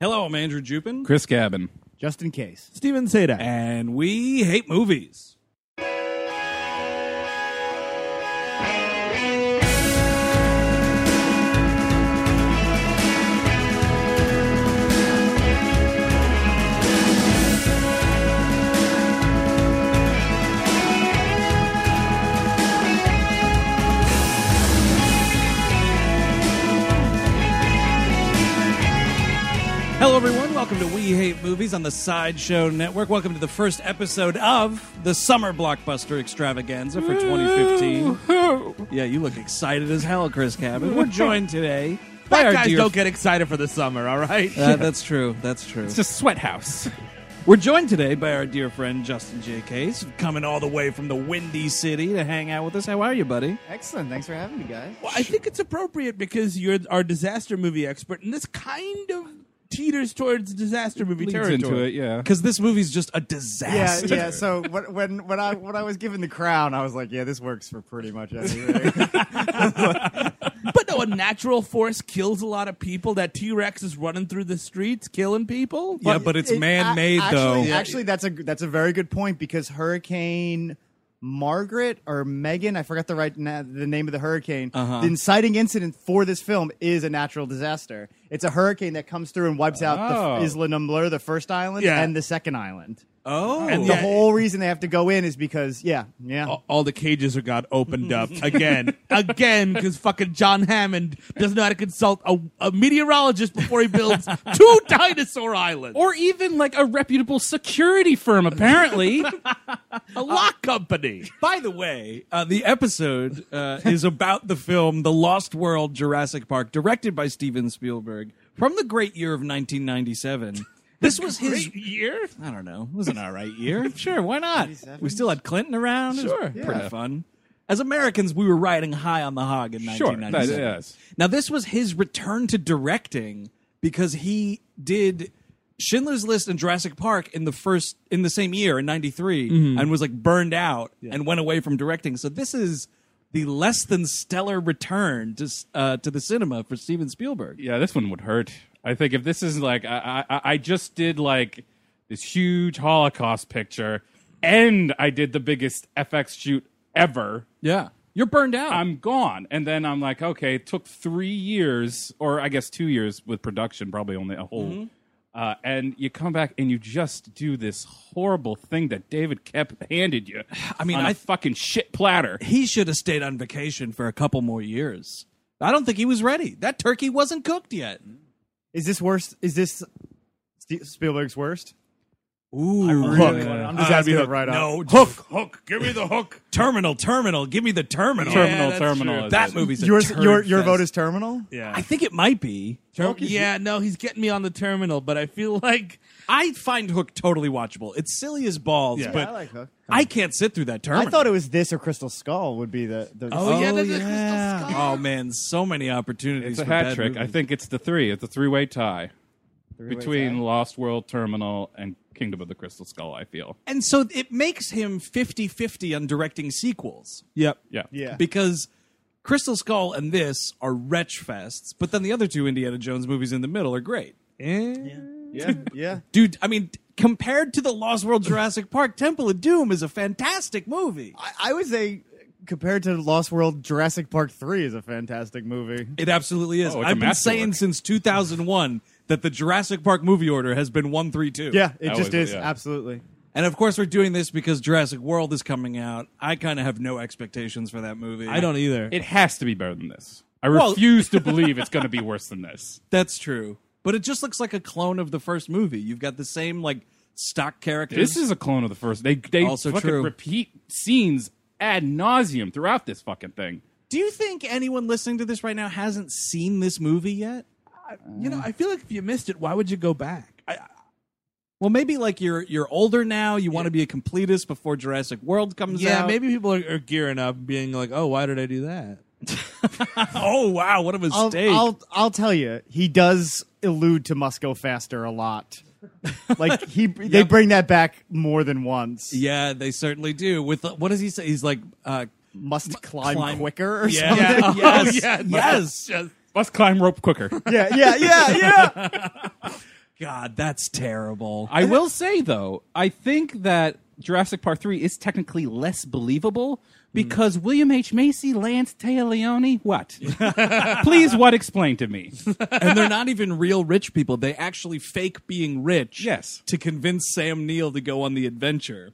Hello, I'm Andrew Jupin, Chris Gabin. Just in case. Steven Sadak. and we hate movies. Hello, everyone. Welcome to We Hate Movies on the Sideshow Network. Welcome to the first episode of the Summer Blockbuster Extravaganza for 2015. Yeah, you look excited as hell, Chris Cabin. We're joined today by our guys dear. don't get excited for the summer, all right? Uh, that's true. That's true. It's a sweat house. We're joined today by our dear friend Justin J. Case, coming all the way from the Windy City to hang out with us. How are you, buddy? Excellent. Thanks for having me, guys. Well, I think it's appropriate because you're our disaster movie expert, and this kind of teeters towards disaster movie Leads territory. into it, yeah. Because this movie's just a Yeah, disaster. yeah. So what, when when I when I was given the crown, I was like, yeah, this works for pretty much everything. But no, a natural force kills a lot of people. That T Rex is running through the streets, killing people. Yeah, but it's It- man made, a- actually- though. Actually, that's a that's a very good point because Hurricane Margaret or Megan, I forgot the right na- the name of the hurricane. Uh-huh. The inciting incident for this film is a natural disaster. It's a hurricane that comes through and wipes out the Oh. f- Isla Nublar, the first island, Yeah. and the second island. oh. And the Yeah. whole reason they have to go in is because, yeah, yeah. all, all the cages are got opened up again, again, because fucking John Hammond doesn't know how to consult a, a meteorologist before he builds two dinosaur islands. Or even like a reputable security firm, apparently. a lock company. By the way, uh, the episode uh, is about the film The Lost World Jurassic Park, directed by Steven Spielberg from the great year of 1997. This was his. Great year. I don't know. It was an all right year. sure, why not? We still had Clinton around. Sure. It was pretty Yeah. fun. As Americans, we were riding high on the hog in Sure, 1997. that- yes. Now, this was his return to directing because he did Schindler's List and Jurassic Park in the first in the same year in '93, and was like burned out and went away from directing. So this is the less than stellar return to s- uh, to the cinema for Steven Spielberg. yeah, this one would hurt. I think if this is like, I, I, I just did like this huge Holocaust picture, and I did the biggest FX shoot ever. Yeah, you're burned out. I'm gone. And then I'm like, okay, it took three years, or I guess two years with production, probably only a whole. Uh, and you come back and you just do this horrible thing that David Kep handed you. I mean, on a I- fucking shit platter. he should have stayed on vacation for a couple more years. I don't think he was ready. That turkey wasn't cooked yet. Is this worst? Is this Ste Spielberg's worst? Ooh, Really wanna- I'm just Uh, asking I mean, it right up. no, Hook, hook, give me the hook. terminal, terminal. Give me the terminal. terminal, that's terminal. true. is That it? movie's a Yours, turd your your fest. vote is terminal. Yeah. I think it might be. yeah, no, he's getting me on the terminal, but I feel like I find Hook totally watchable. It's silly as balls, Yeah. but I like Hook. I can't sit through that terminal. I thought it was this or Crystal Skull would be the. the Oh, yeah, Oh, that's a yeah. Crystal Skull. Oh man, so many opportunities. It's a for hat bad trick. I movies. think it's the three. It's a three-way tie Three-way between tie. Lost World Terminal and Kingdom of the Crystal Skull. I feel. and so it makes him 50-50 on directing sequels Yep. Yeah. Yeah. because Crystal Skull and this are wretch fests, but then the other two Indiana Jones movies in the middle are great. Eh? yeah, yeah. Dude, I mean, compared to the Lost World Jurassic Park, Temple of Doom is a fantastic movie. I, I would say compared to Lost World, Jurassic Park Three is a fantastic movie. It absolutely is. Oh, it's a I've been masterwork. saying since 2001 that the Jurassic Park movie order has been 132. Yeah, it That just was- is yeah. absolutely. And of course, we're doing this because Jurassic World is coming out. I kind of have no expectations for that movie. I don't either. It has to be better than this. I Well- refuse to believe it's going to be worse than this. That's true. But it just looks like a clone of the first movie. You've got the same, like, stock characters. This is a clone of the first. They they Also fucking true. repeat scenes ad nauseum throughout this fucking thing. Do you think anyone listening to this right now hasn't seen this movie yet? you know, I feel like if you missed it, why would you go back? I, Well, maybe like you're you're older now. You want to be a completist before Jurassic World comes yeah, out. maybe people are, are gearing up, and being like, "Oh, why did I do that?" Oh wow, what a I'll, mistake! I'll I'll tell you, he does allude to must go faster a lot. like he, they bring that back more than once. yeah, they certainly do. With uh, what does he say? He's like, uh, Must climb, climb- quicker or yeah, something. yeah, yes, Oh, yeah, yes. Just Let's climb rope quicker. Yeah, yeah, yeah, yeah. God, that's terrible. I will say though, I think that Jurassic Park three is technically less believable because William H Macy, Lance Leone, what? Please, what? Explain to me. and they're not even real rich people. They actually fake being rich. Yes. To convince Sam Neill to go on the adventure.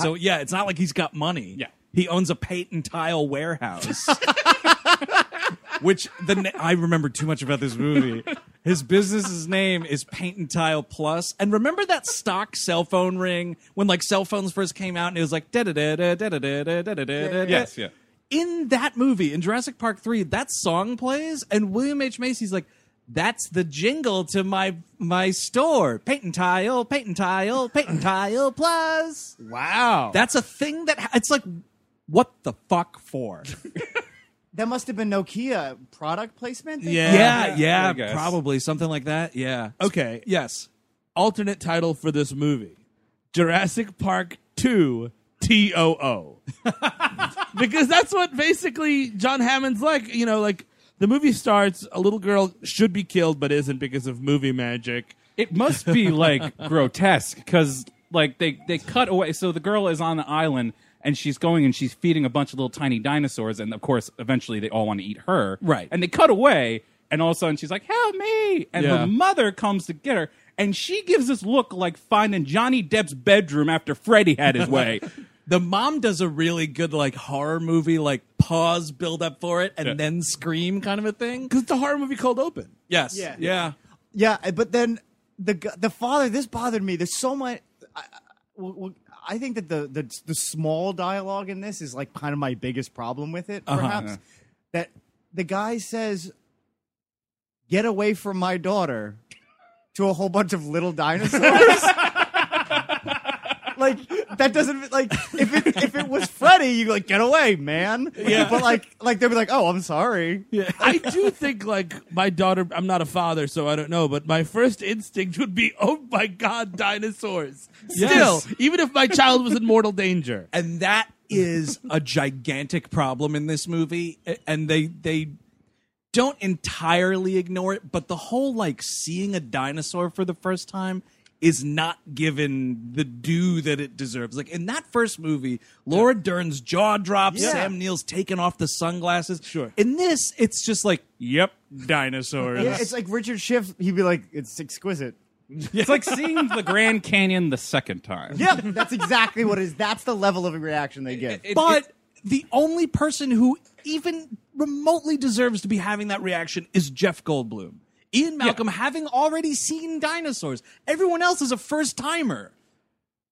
So yeah, it's not like he's got money. Yeah. He owns a patent tile warehouse. Which the na- I remember too much about this movie. His business's name is Paint and Tile Plus. And remember that stock cell phone ring when like cell phones first came out and it was like da da da da da da da da da da da. Yes, yeah. In that movie, in Jurassic Park 3, that song plays, and William H. Macy's like, that's the jingle to my my store. Paint and tile, paint and tile, paint and tile plus. Wow. That's a thing that ha- it's like, what the fuck for? That must have been Nokia product placement. they Yeah. call yeah, it? yeah, I guess. probably something like that. Yeah. Okay. Yes. Alternate title for this movie Jurassic Park 2 T O O. Because that's what basically John Hammond's like. You know, like the movie starts, a little girl should be killed but isn't because of movie magic. It must be like grotesque because like they they cut away. So the girl is on the island and she's going and she's feeding a bunch of little tiny dinosaurs, and of course, eventually they all want to eat her. Right. And they cut away, and all of a sudden she's like, "Help me!" And Yeah. her mother comes to get her. And she gives this look like finding Johnny Depp's bedroom after Freddy had his way. The mom does a really good like horror movie like pause build up for it and Yeah. then scream kind of a thing. Because it's a horror movie called Open. Yes. Yeah. Yeah. Yeah, I- but then the g- the father. This bothered me. There's so much. I, I- well, well, I think that the, the the small dialogue in this is like kind of my biggest problem with it. Perhaps that the guy says, "Get away from my daughter," to a whole bunch of little dinosaurs. Like that doesn't like if it if it was Freddy, you like get away, man. Yeah. But like like they'd be like, oh, I'm sorry. Yeah. I do think like my daughter. I'm not a father, so I don't know. But my first instinct would be, oh my god, dinosaurs! Yes. Still, even if my child was in mortal danger, and that is a gigantic problem in this movie A- and they they don't entirely ignore it but the whole like seeing a dinosaur for the first time is not given the due that it deserves like in that first movie laura dern's jaw drops Yeah. sam neill's taken off the sunglasses Sure. in this it's just like yep dinosaurs Yeah, it's like Richard Schiff. He'd be like, it's exquisite. It's like seeing the Grand Canyon the second time. Yeah, that's exactly what it is. That's the level of reaction they give. but the only person who even remotely deserves to be having that reaction is Jeff Goldblum. Ian Malcolm, having already seen dinosaurs, everyone else is a first timer.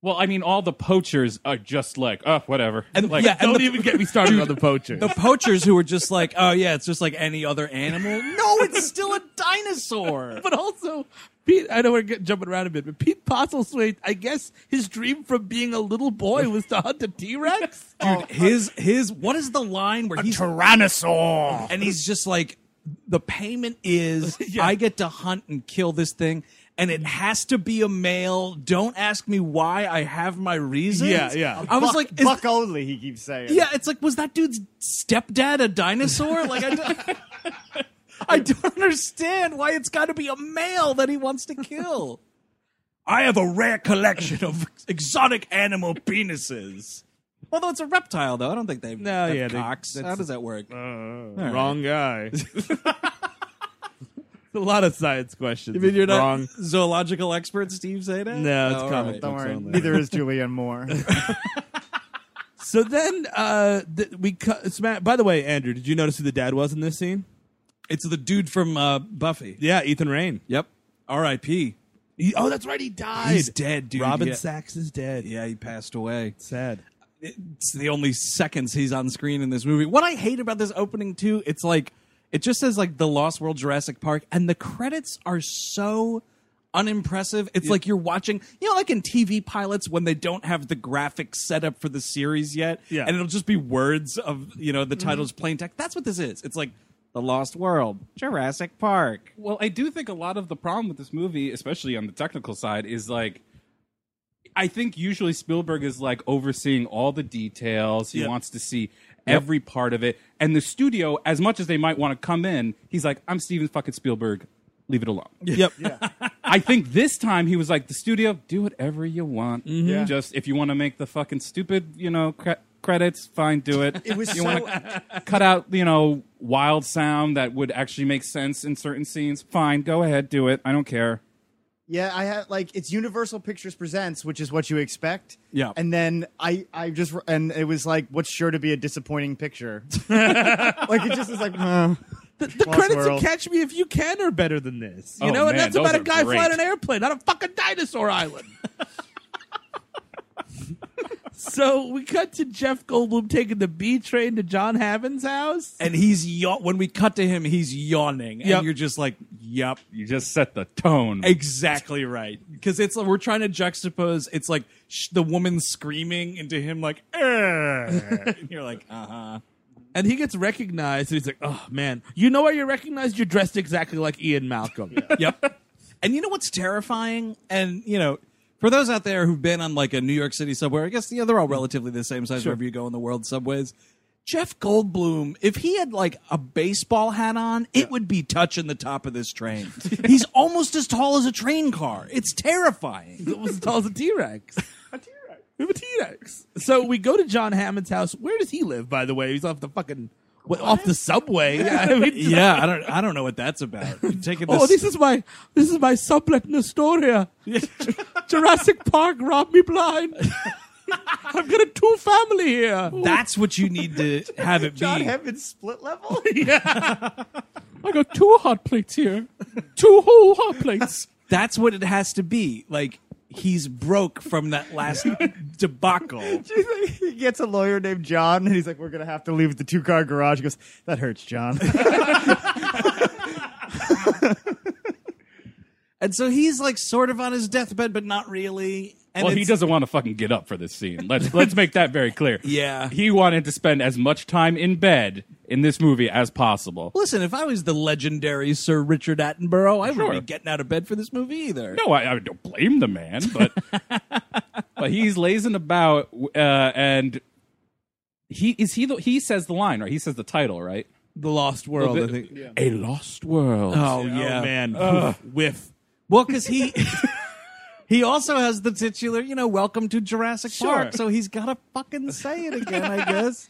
Well, I mean, all the poachers are just like, oh, whatever. And- like, yeah, and don't the- even get me started on the poacher. The poachers who are just like, oh yeah, it's just like any other animal. No, it's still a dinosaur. but also, Pete. I know we're get, jumping around a bit, but Pete Postlethwaite. I guess his dream from being a little boy was to hunt a T Rex. Dude, his his what is the line where he's Tyrannosaur. and he's just like the payment is i get to hunt and kill this thing and it has to be a male don't ask me why i have my reasons Yeah, yeah. i was buck, like is- buck only. He keeps saying. yeah it's like was that dude's stepdad a dinosaur like i don't I don't understand why it's got to be a male that he wants to kill. I have a rare collection of exotic animal penises. Although it's a reptile, though, I don't think they No, have yeah, they- cocks. that's- How does that work? Wrong guy. a lot of science questions. I mean, you're not Wrong. zoological expert, Steve Zeta? No, it's all comic right. Don't worry. Only. Neither is Julianne Moore. So then, uh, th- we cut. Sma- By the way, Andrew, did you notice who the dad was in this scene? It's the dude from uh, Buffy. Yeah, Ethan Rain. Yep. R.I.P. He- oh, that's right. He died. He's dead, dude. Robin yeah. Sachs is dead. yeah, he passed away. Sad. It's the only seconds he's on screen in this movie. What I hate about this opening too, it's like it just says like the Lost World Jurassic Park, and the credits are so unimpressive. It's like you're watching, you know, like in TV pilots when they don't have the graphics set up for the series yet, Yeah. and it'll just be words of you know the titles plain text. That's what this is. It's like the Lost World, Jurassic Park. Well, I do think a lot of the problem with this movie, especially on the technical side, is like I think usually Spielberg is like overseeing all the details. He Yep. wants to see every part of it. And the studio, as much as they might want to come in, he's like, I'm Steven fucking Spielberg. Leave it alone. Yep. I think this time he was like, the studio, do whatever you want. Yeah. Just if you want to make the fucking stupid, you know, cre- credits, fine, do it. It was you so- wanna cut out, you know, wild sound that would actually make sense in certain scenes. Fine, go ahead, do it. I don't care. Yeah, I had like it's Universal Pictures Presents, which is what you expect. Yeah. and then I, I just and it was like what's sure to be a disappointing picture. like it just is like Uh, "Meh." The, Uh, the Lost credits in World. Catch Me If You Can are better than this. You Oh, know, and man, that's about a those are guy flying great. an airplane, not a fucking dinosaur island. so we cut to Jeff Goldblum taking the B train to John Hammond's house. and he's yaw- when we cut to him, he's yawning, Yep. and you're just like, "Yep, You just set the tone. exactly right." Because it's like, we're trying to juxtapose. It's like sh- the woman screaming into him, like, "Eh." and you're like, "Uh huh." And he gets recognized, and he's like, oh, man, you know why you're recognized? You're dressed exactly like Ian Malcolm. yep. And you know what's terrifying? And you know, for those out there who've been on like a New York City subway, I guess you know, they're all relatively the same size wherever you go in the world subways. Jeff Goldblum, if he had like a baseball hat on, it would be touching the top of this train. He's almost as tall as a train car. It's terrifying. It was as tall as a T Rex. a T Rex. We have a T Rex. So we go to John Hammond's house. Where does he live, by the way? He's off the fucking. What? Off the subway. Yeah, I mean, Yeah, I don't I don't know what that's about. You're taking Oh, this is my this is my sublet in Astoria. Jurassic Park robbed me blind. I've got a two family here. that's what you need to have it John be. Hammond's split level. I got two hot plates here. Two whole hot plates. That's what it has to be. Like he's broke from that last debacle. he gets a lawyer named John, and he's like, "We're gonna have to leave the two car garage." He goes, "That hurts, John." And so he's like sort of on his deathbed, but not really. And well, he it's- doesn't want to fucking get up for this scene. Let's let's make that very clear. Yeah. he wanted to spend as much time in bed in this movie as possible. Listen, if I was the legendary Sir Richard Attenborough, I Sure. wouldn't be getting out of bed for this movie either. No, I, I don't blame the man, but but he's lazing about, uh, and he is he the, he says the line right. He says the title right. The Lost World, I bit- think. A lost world. Oh yeah, Oh, man. Whiff. Well, because he he also has the titular, you know, "Welcome to Jurassic Sure. Park," so he's got to fucking say it again, I guess.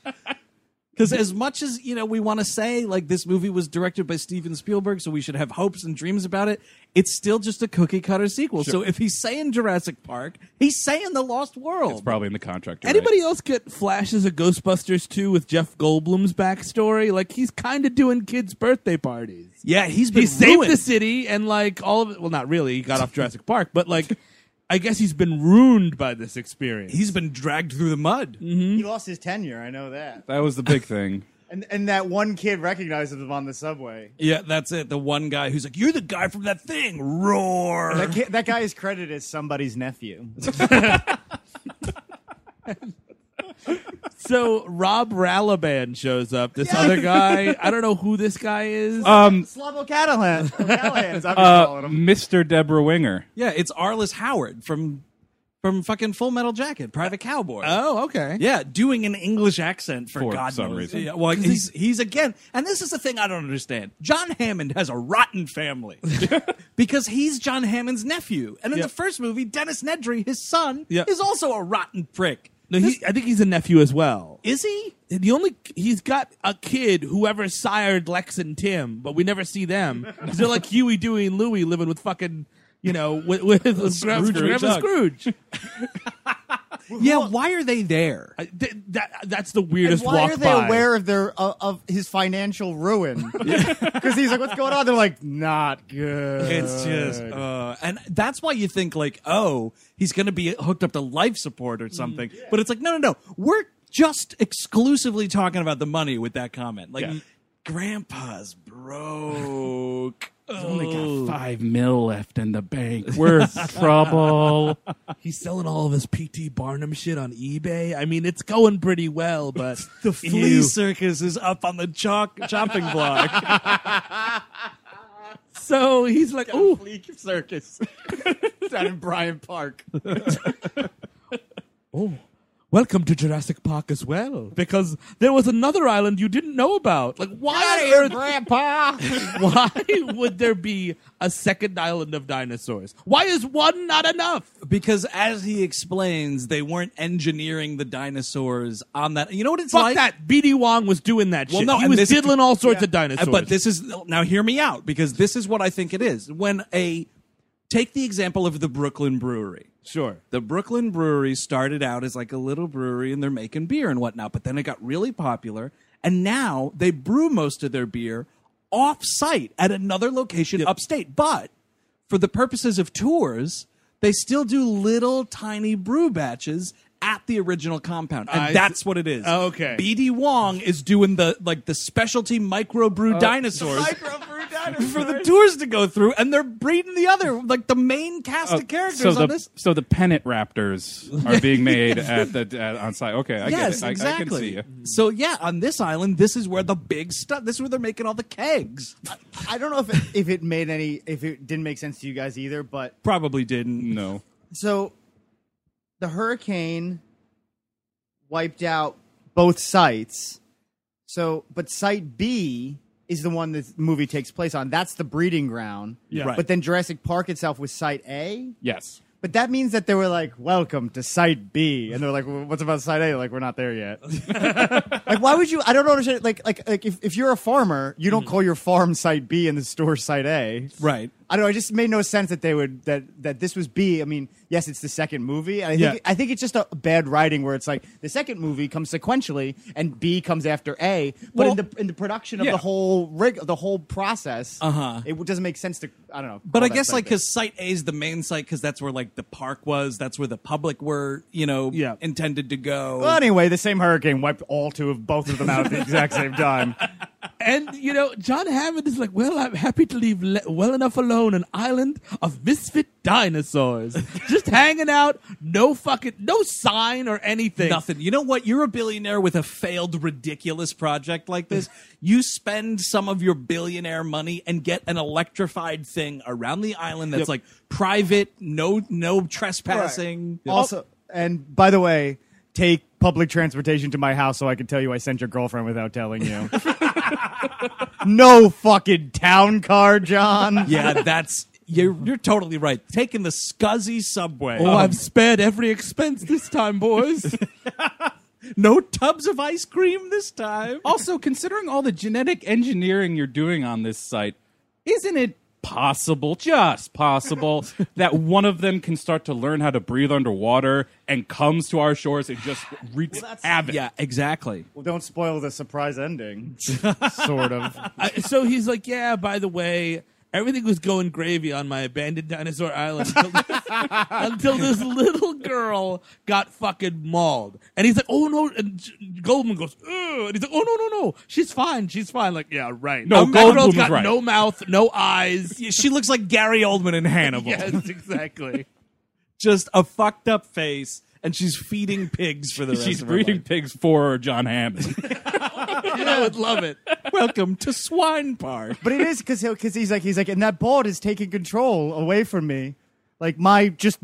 Because as much as you know, we want to say like this movie was directed by Steven Spielberg, so we should have hopes and dreams about it. It's still just a cookie cutter sequel. So if he's saying Jurassic Park, he's saying The Lost World. It's probably in the contract. you're Anybody else get flashes of Ghostbusters 2 with Jeff Goldblum's backstory? Like, he's kind of doing kids' birthday parties. Yeah, he's been he saved ruined. the city and like all of it well not really he got off jurassic park but like i guess he's been ruined by this experience He's been dragged through the mud. he lost his tenure. I know that. Right. That was the big thing. And and that one kid recognizes him on the subway. Yeah, that's it. The one guy who's like, "You're the guy from that thing." Roar. That, kid, that guy is credited as somebody's nephew. so rob ralaban shows up this other guy i don't know who this guy is Um, Slavo Catalan. Catalans. I'm uh, calling him. Mr. Deborah Winger. Yeah, it's Arliss Howard from from fucking Full Metal Jacket, Private Cowboy. oh okay yeah, doing an English accent for, For God some knows. reason. Yeah, well, he's he's again, and this is the thing I don't understand. John Hammond has a rotten family because he's John Hammond's nephew, and in Yeah. the first movie, Dennis Nedry, his son, Yeah. is also a rotten prick. no he, i think he's a nephew as well Is he? the only he's got a kid whoever sired lex and tim but we never see them 'Cause they're like huey dewey and louie living with fucking you know with, with, with Scrooge, Scrooge Grandma McDuck. Scrooge. Yeah. Why are they there? I- Uh, th- that, that's the And weirdest why walk are they by. aware of their of, of his financial ruin? Because he's like, "What's going on?" They're like, "Not good." It's just, uh, and that's why you think like, oh, he's going to be hooked up to life support or something. But it's like, no, no, no. We're just exclusively talking about the money with that comment. Like, Yeah. grandpa's broke. Oh, Only got five mil left in the bank. We're in trouble. He's selling all of his PT Barnum shit on eBay. I mean, it's going pretty well, but the flea Ew. circus is up on the chalk chopping block. So he's like, "Ooh, circus down in Bryant Park. oh, welcome to Jurassic Park as well, because there was another island you didn't know about. Like, why on earth, Grandpa? why would there be a second island of dinosaurs? Why is one not enough? Because as he explains, they weren't engineering the dinosaurs on that. You know what it's Fuck like? that. BD Wong was doing that Well, shit. no, he and was this- diddling all sorts yeah. of dinosaurs. But this is now. Hear me out, because this is what I think it is. When a take the example of the Brooklyn Brewery. sure. The Brooklyn Brewery started out as like a little brewery, and they're making beer and whatnot. But then it got really popular, and now they brew most of their beer off-site at another location upstate. But for the purposes of tours, they still do little tiny brew batches at the original compound, and I that's what it is. Okay. BD Wong is doing the like the specialty microbrew dinosaurs for the tours to go through, and they're breeding the other like the main cast of characters Uh, so the on this. so the pennant raptors are being made at the at, on site. Okay, I yes, get it. I, I can exactly. see you. So yeah, on this island, this is where the big stuff. This is where they're making all the kegs. I don't know if it, if it made any if it didn't make sense to you guys either, but Probably didn't. No, so the hurricane wiped out both sites. So, but site B is the one that the movie takes place on. That's the breeding ground. Yeah. Right. But then Jurassic Park itself was site A. yes. But that means that they were like, "Welcome to Site B," and they're like, well, "What's about Site A?" Like, we're not there yet. like, why would you? I don't understand. Like, like, like if, if you're a farmer, you don't call your farm Site B and the store Site A. Mm-hmm. Right. I don't. know. It just made no sense that they would that that this was B. I mean, yes, it's the second movie. And I think Yeah. I think it's just a bad writing where it's like the second movie comes sequentially and B comes after A. But in Well, the in the production of yeah. the whole rig, the whole process, Uh-huh. it doesn't make sense to. I don't know. But call I that guess Site like B. because Site A is the main site because that's where like the park was. That's where the public were, you know, Yeah. intended to go. Well, anyway, the same hurricane wiped all two of both of them out at the exact same time. And you know, John Hammond is like, "Well, I'm happy to leave le- well enough alone an island of misfit dinosaurs, just hanging out, no fucking, no sign or anything." Nothing. You know what? You're a billionaire with a failed, ridiculous project like this. you spend some of your billionaire money and get an electrified thing around the island that's Yep. like private, no, no trespassing. Also, and by the way, take public transportation to my house so I can tell you I sent your girlfriend without telling you. no fucking town car, John. yeah, that's you're you're totally right. Taking the scuzzy subway. Oh, I've spared every expense this time, boys. no tubs of ice cream this time. Oh, Also, considering all the genetic engineering you're doing on this site, isn't it possible, just possible, that one of them can start to learn how to breathe underwater and comes to our shores and just wreaks havoc? Yeah, exactly. Well, don't spoil the surprise ending. sort of. I, so he's like, "Yeah, by the way." Everything was going gravy on my abandoned dinosaur island until this, until this little girl got fucking mauled. And he's like, oh no. And J- Goldman goes, Ugh. and he's like, oh no, no, no. She's fine. She's fine. Like, yeah, right. No, That girl's Goldblum's got right. no mouth, no eyes. Yeah, She looks like Gary Oldman in Hannibal. Yes, exactly. Just a fucked up face, and she's feeding pigs for the rest She's of her life. breeding pigs for John Hammond. I would love it. Welcome to Swine Park. But it is because because he's like he's like, and that board is taking control away from me. Like my just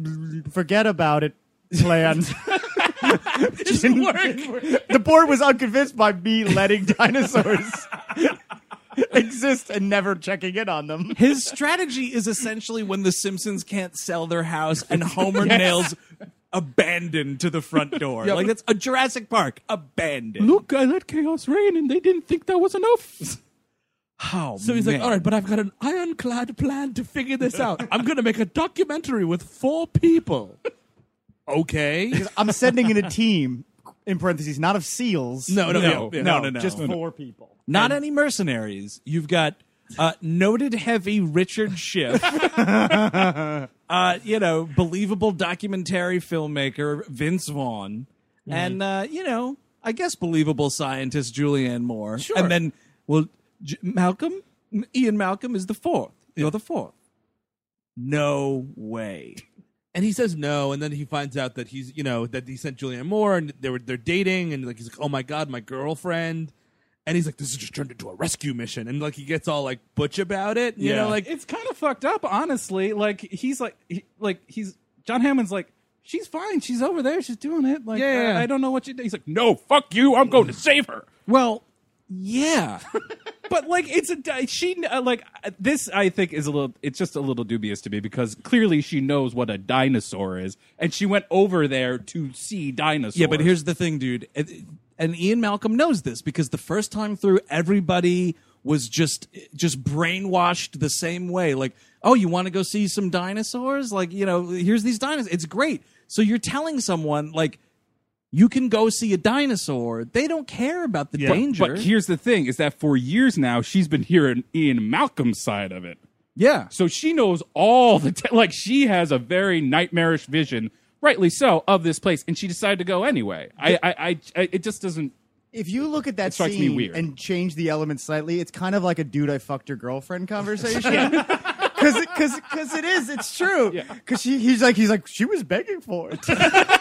forget about it plan. Didn't work. the board was unconvinced by me letting dinosaurs exist and never checking in on them. His strategy is essentially when the Simpsons can't sell their house and Homer nails abandoned to the front door. Like that's a Jurassic Park abandoned. Look, I let chaos reign and they didn't think that was enough. Oh, So he's like, man. all right, but I've got an ironclad plan to figure this out. I'm going to make a documentary with four people. Okay. I'm sending in a team in parentheses, not of seals. No, no, No, yeah, yeah. no, no, no. just four people. Not any mercenaries. You've got uh, noted heavy Richard Schiff, uh, you know, believable documentary filmmaker Vince Vaughn, and uh, you know, I guess believable scientist Julianne Moore, Sure. and then well, J- Malcolm, M- Ian Malcolm is the fourth. You're the fourth. No way. And he says no, and then he finds out that he's, you know, that he sent Julianne Moore, and they were they're dating, and like he's like, oh my god, my girlfriend, and he's like, this is just turned into a rescue mission, and like he gets all like butch about it, you Yeah. know, like it's kind of fucked up, honestly. Like he's like, he, like he's John Hammond's like, she's fine. She's over there. She's doing it. Like, Yeah, yeah, I, yeah. I don't know what she did. He's like, no, fuck you. I'm going to save her. Well, yeah. But like, it's a di- she uh, like uh, this. I think is a little. It's just a little dubious to me because clearly she knows what a dinosaur is, and she went over there to see dinosaurs. Yeah, but here's the thing, dude. And- And Ian Malcolm knows this because the first time through, everybody was just just brainwashed the same way. Like, oh, you want to go see some dinosaurs? Like, you know, here's these dinosaurs. It's great. So you're telling someone like, you can go see a dinosaur. They don't care about the danger. But here's the thing: is that for years now she's been hearing Ian Malcolm's side of it. yeah. So she knows all the t- like she has a very nightmarish vision, rightly so, of this place, and she decided to go anyway. I, I, I, I it just doesn't. If you look at that strikes me scene weird. and change the elements slightly, it's kind of like a dude I fucked your girlfriend conversation. Because cause, cause it is, it's true. Because he's like, he's like, she was begging for it.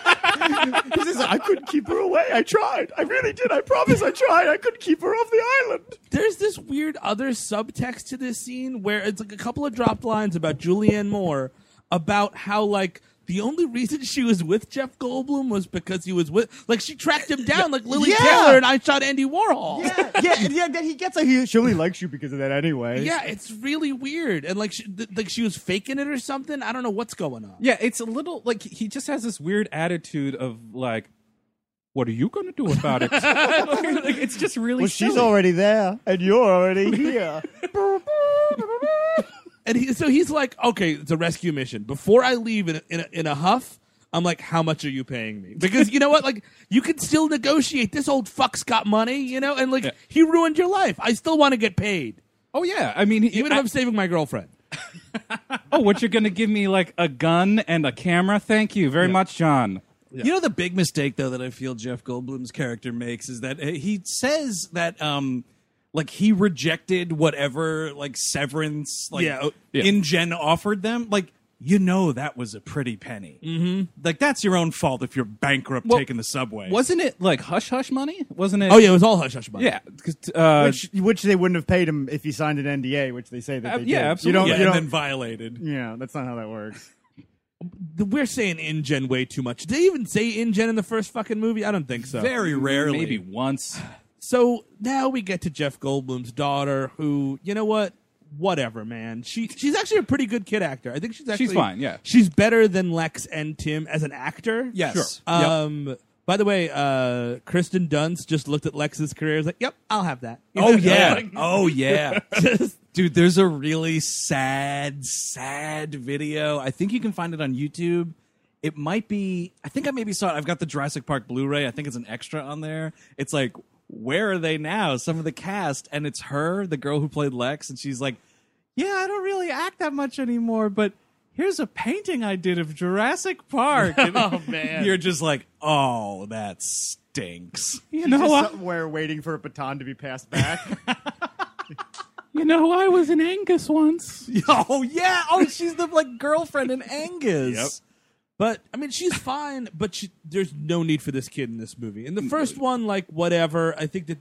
he says, I couldn't keep her away. I tried. I really did. I promise I tried. I couldn't keep her off the island. there's this weird other subtext to this scene where it's like a couple of dropped lines about Julianne Moore about how like the only reason she was with Jeff Goldblum was because he was with like she tracked him down like Lily Yeah. Taylor and I shot Andy Warhol. Yeah, yeah, and yeah. Then he gets like, he, she only likes you because of that anyway. Yeah, it's really weird, and like, she, th- like she was faking it or something. I don't know what's going on. Yeah, it's a little like he just has this weird attitude of like, "What are you going to do about it?" like, it's just really. Well, she's silly. already there, and you're already here. And he, so he's like, okay, it's a rescue mission. Before I leave in a, in a, in a huff, I'm like, how much are you paying me? Because you know what? Like, you can still negotiate. This old fuck's got money, you know? And like, Yeah. he ruined your life. I still want to get paid, Oh yeah, I mean, he, even if I'm saving my girlfriend. oh, what you're going to give me like a gun and a camera? Thank you very much, John. You know the big mistake though that I feel Jeff Goldblum's character makes is that uh, he says that um like he rejected whatever like severance like Yeah, oh, yeah. InGen offered them like you know that was a pretty penny. Mm-hmm. Like that's your own fault if you're bankrupt Well, taking the subway. Wasn't it like hush hush money? Wasn't it? Oh, yeah, it was all hush hush money. yeah. 'cause, Uh, which, which they wouldn't have paid him if he signed an NDA, which they say that Uh, they yeah, did. absolutely. yeah, You don't, you and don't, then violated. yeah, that's not how that works. Th- We're saying InGen way too much. Did they even say InGen in the first fucking movie? I don't think so. Very rarely. maybe once. So now we get to Jeff Goldblum's daughter, who you know what? Whatever, man. She she's actually a pretty good kid actor. I think she's actually fine, yeah. she's better than Lex and Tim as an actor. Yes. Sure. Yep. Um. By the way, uh, Kristen Dunst just looked at Lex's career. and was like, "Yep, I'll have that." You Oh know? yeah. Like, oh yeah. just- Dude, there's a really sad, sad video. I think you can find it on YouTube. It might be, I think I maybe saw it. I've got the Jurassic Park Blu ray. I think it's an extra on there. It's like, where are they now? Some of the cast. And it's her, the girl who played Lex. And she's like, yeah, I don't really act that much anymore, but here's a painting I did of Jurassic Park. oh, man. You're just like, oh, that stinks. You Just know, I, somewhere waiting for a baton to be passed back. you know, I was in Angus once. oh, yeah. Oh, she's the like girlfriend in Angus. Yep. But I mean, she's fine. But she, there's no need for this kid in this movie. In the first one, like whatever. I think that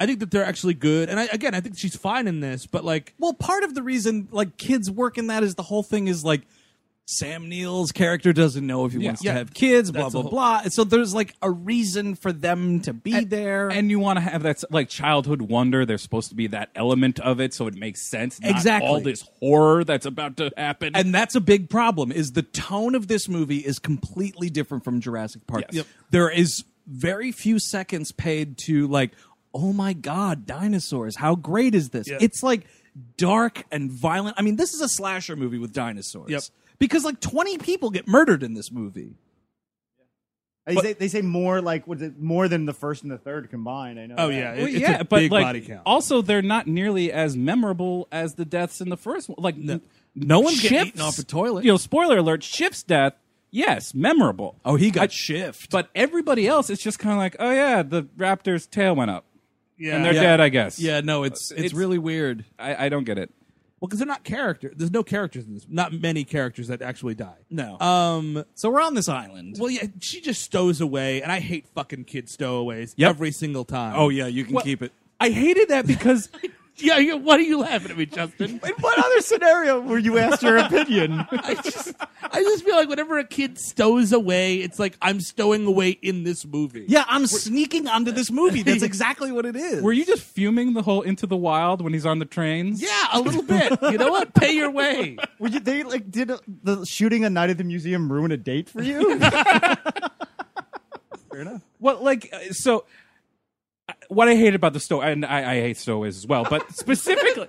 I think that they're actually good. And I, again, I think she's fine in this. But like, Well, part of the reason like kids work in that is the whole thing is like Sam Neill's character doesn't know if he wants Yeah. to have kids, blah That's blah the whole- blah. And so there's like a reason for them to be there. And you want to have that like childhood wonder. There's supposed to be that element of it, so it makes sense. not Exactly. all this horror that's about to happen. and that's a big problem is the tone of this movie is completely different from Jurassic Park. Yes. Yep. There is very few seconds paid to like, oh my god, dinosaurs! How great is this? It's like dark and violent. I mean, this is a slasher movie with dinosaurs. Yep. Because like 20 people get murdered in this movie. they, say, they say more like was it more than the first and the third combined. I know. oh that. yeah, it- Well, it's yeah, a but big like, body count. also they're not nearly as memorable as the deaths in the first one. Like no, No one's shifts, getting eaten off a toilet. You know, spoiler alert: Shift's death, yes, memorable. Oh, he got shift. But everybody else, it's just kind of like, oh yeah, the raptor's tail went up, yeah. and they're Yeah. dead. I guess. yeah, no, it's it's, it's- really weird. I, I don't get it. Uh, Well, because they're not character. There's no characters in this. Not many characters that actually die. No. Um. so we're on this island. Well, yeah. She just stows away, and I hate fucking kid stowaways Yep. every single time. oh yeah, you can Well- keep it. I hated that because yeah. yeah, What are you laughing at me, Justin? In what other scenario were you asked your opinion? I just I just feel like whenever a kid stows away, it's like I'm stowing away in this movie. Yeah, I'm sneaking onto this movie. That's exactly what it is. Were you just fuming the whole Into the Wild when he's on the trains? Yeah, a little bit. You know what? Pay your way. Were you, they like did uh, the shooting a night at the museum ruin a date for you? Fair enough. Well, like uh, so. uh, What I hate about the stow, and I, I hate stowaways as well, but specifically,